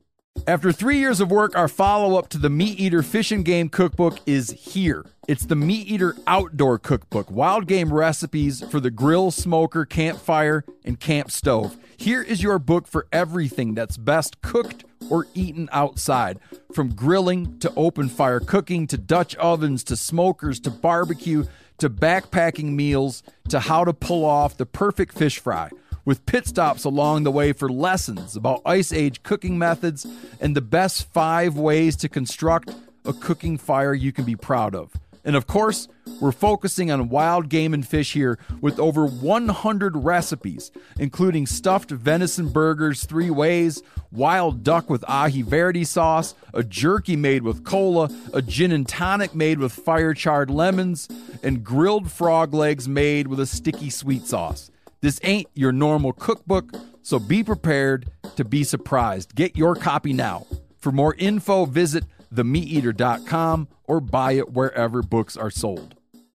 B: After three years of work, our follow up to the Meat Eater Fish and Game Cookbook is here. It's the Meat Eater Outdoor Cookbook, wild game recipes for the grill, smoker, campfire, and camp stove. Here is your book for everything that's best cooked or eaten outside from grilling to open fire cooking to Dutch ovens to smokers to barbecue to backpacking meals to how to pull off the perfect fish fry with pit stops along the way for lessons about ice age cooking methods and the best five ways to construct a cooking fire you can be proud of. And of course, we're focusing on wild game and fish here with over 100 recipes, including stuffed venison burgers three ways, wild duck with ahi verde sauce, a jerky made with cola, a gin and tonic made with fire charred lemons, and grilled frog legs made with a sticky sweet sauce. This ain't your normal cookbook, so be prepared to be surprised. Get your copy now. For more info, visit themeateater.com, or buy it wherever books are sold.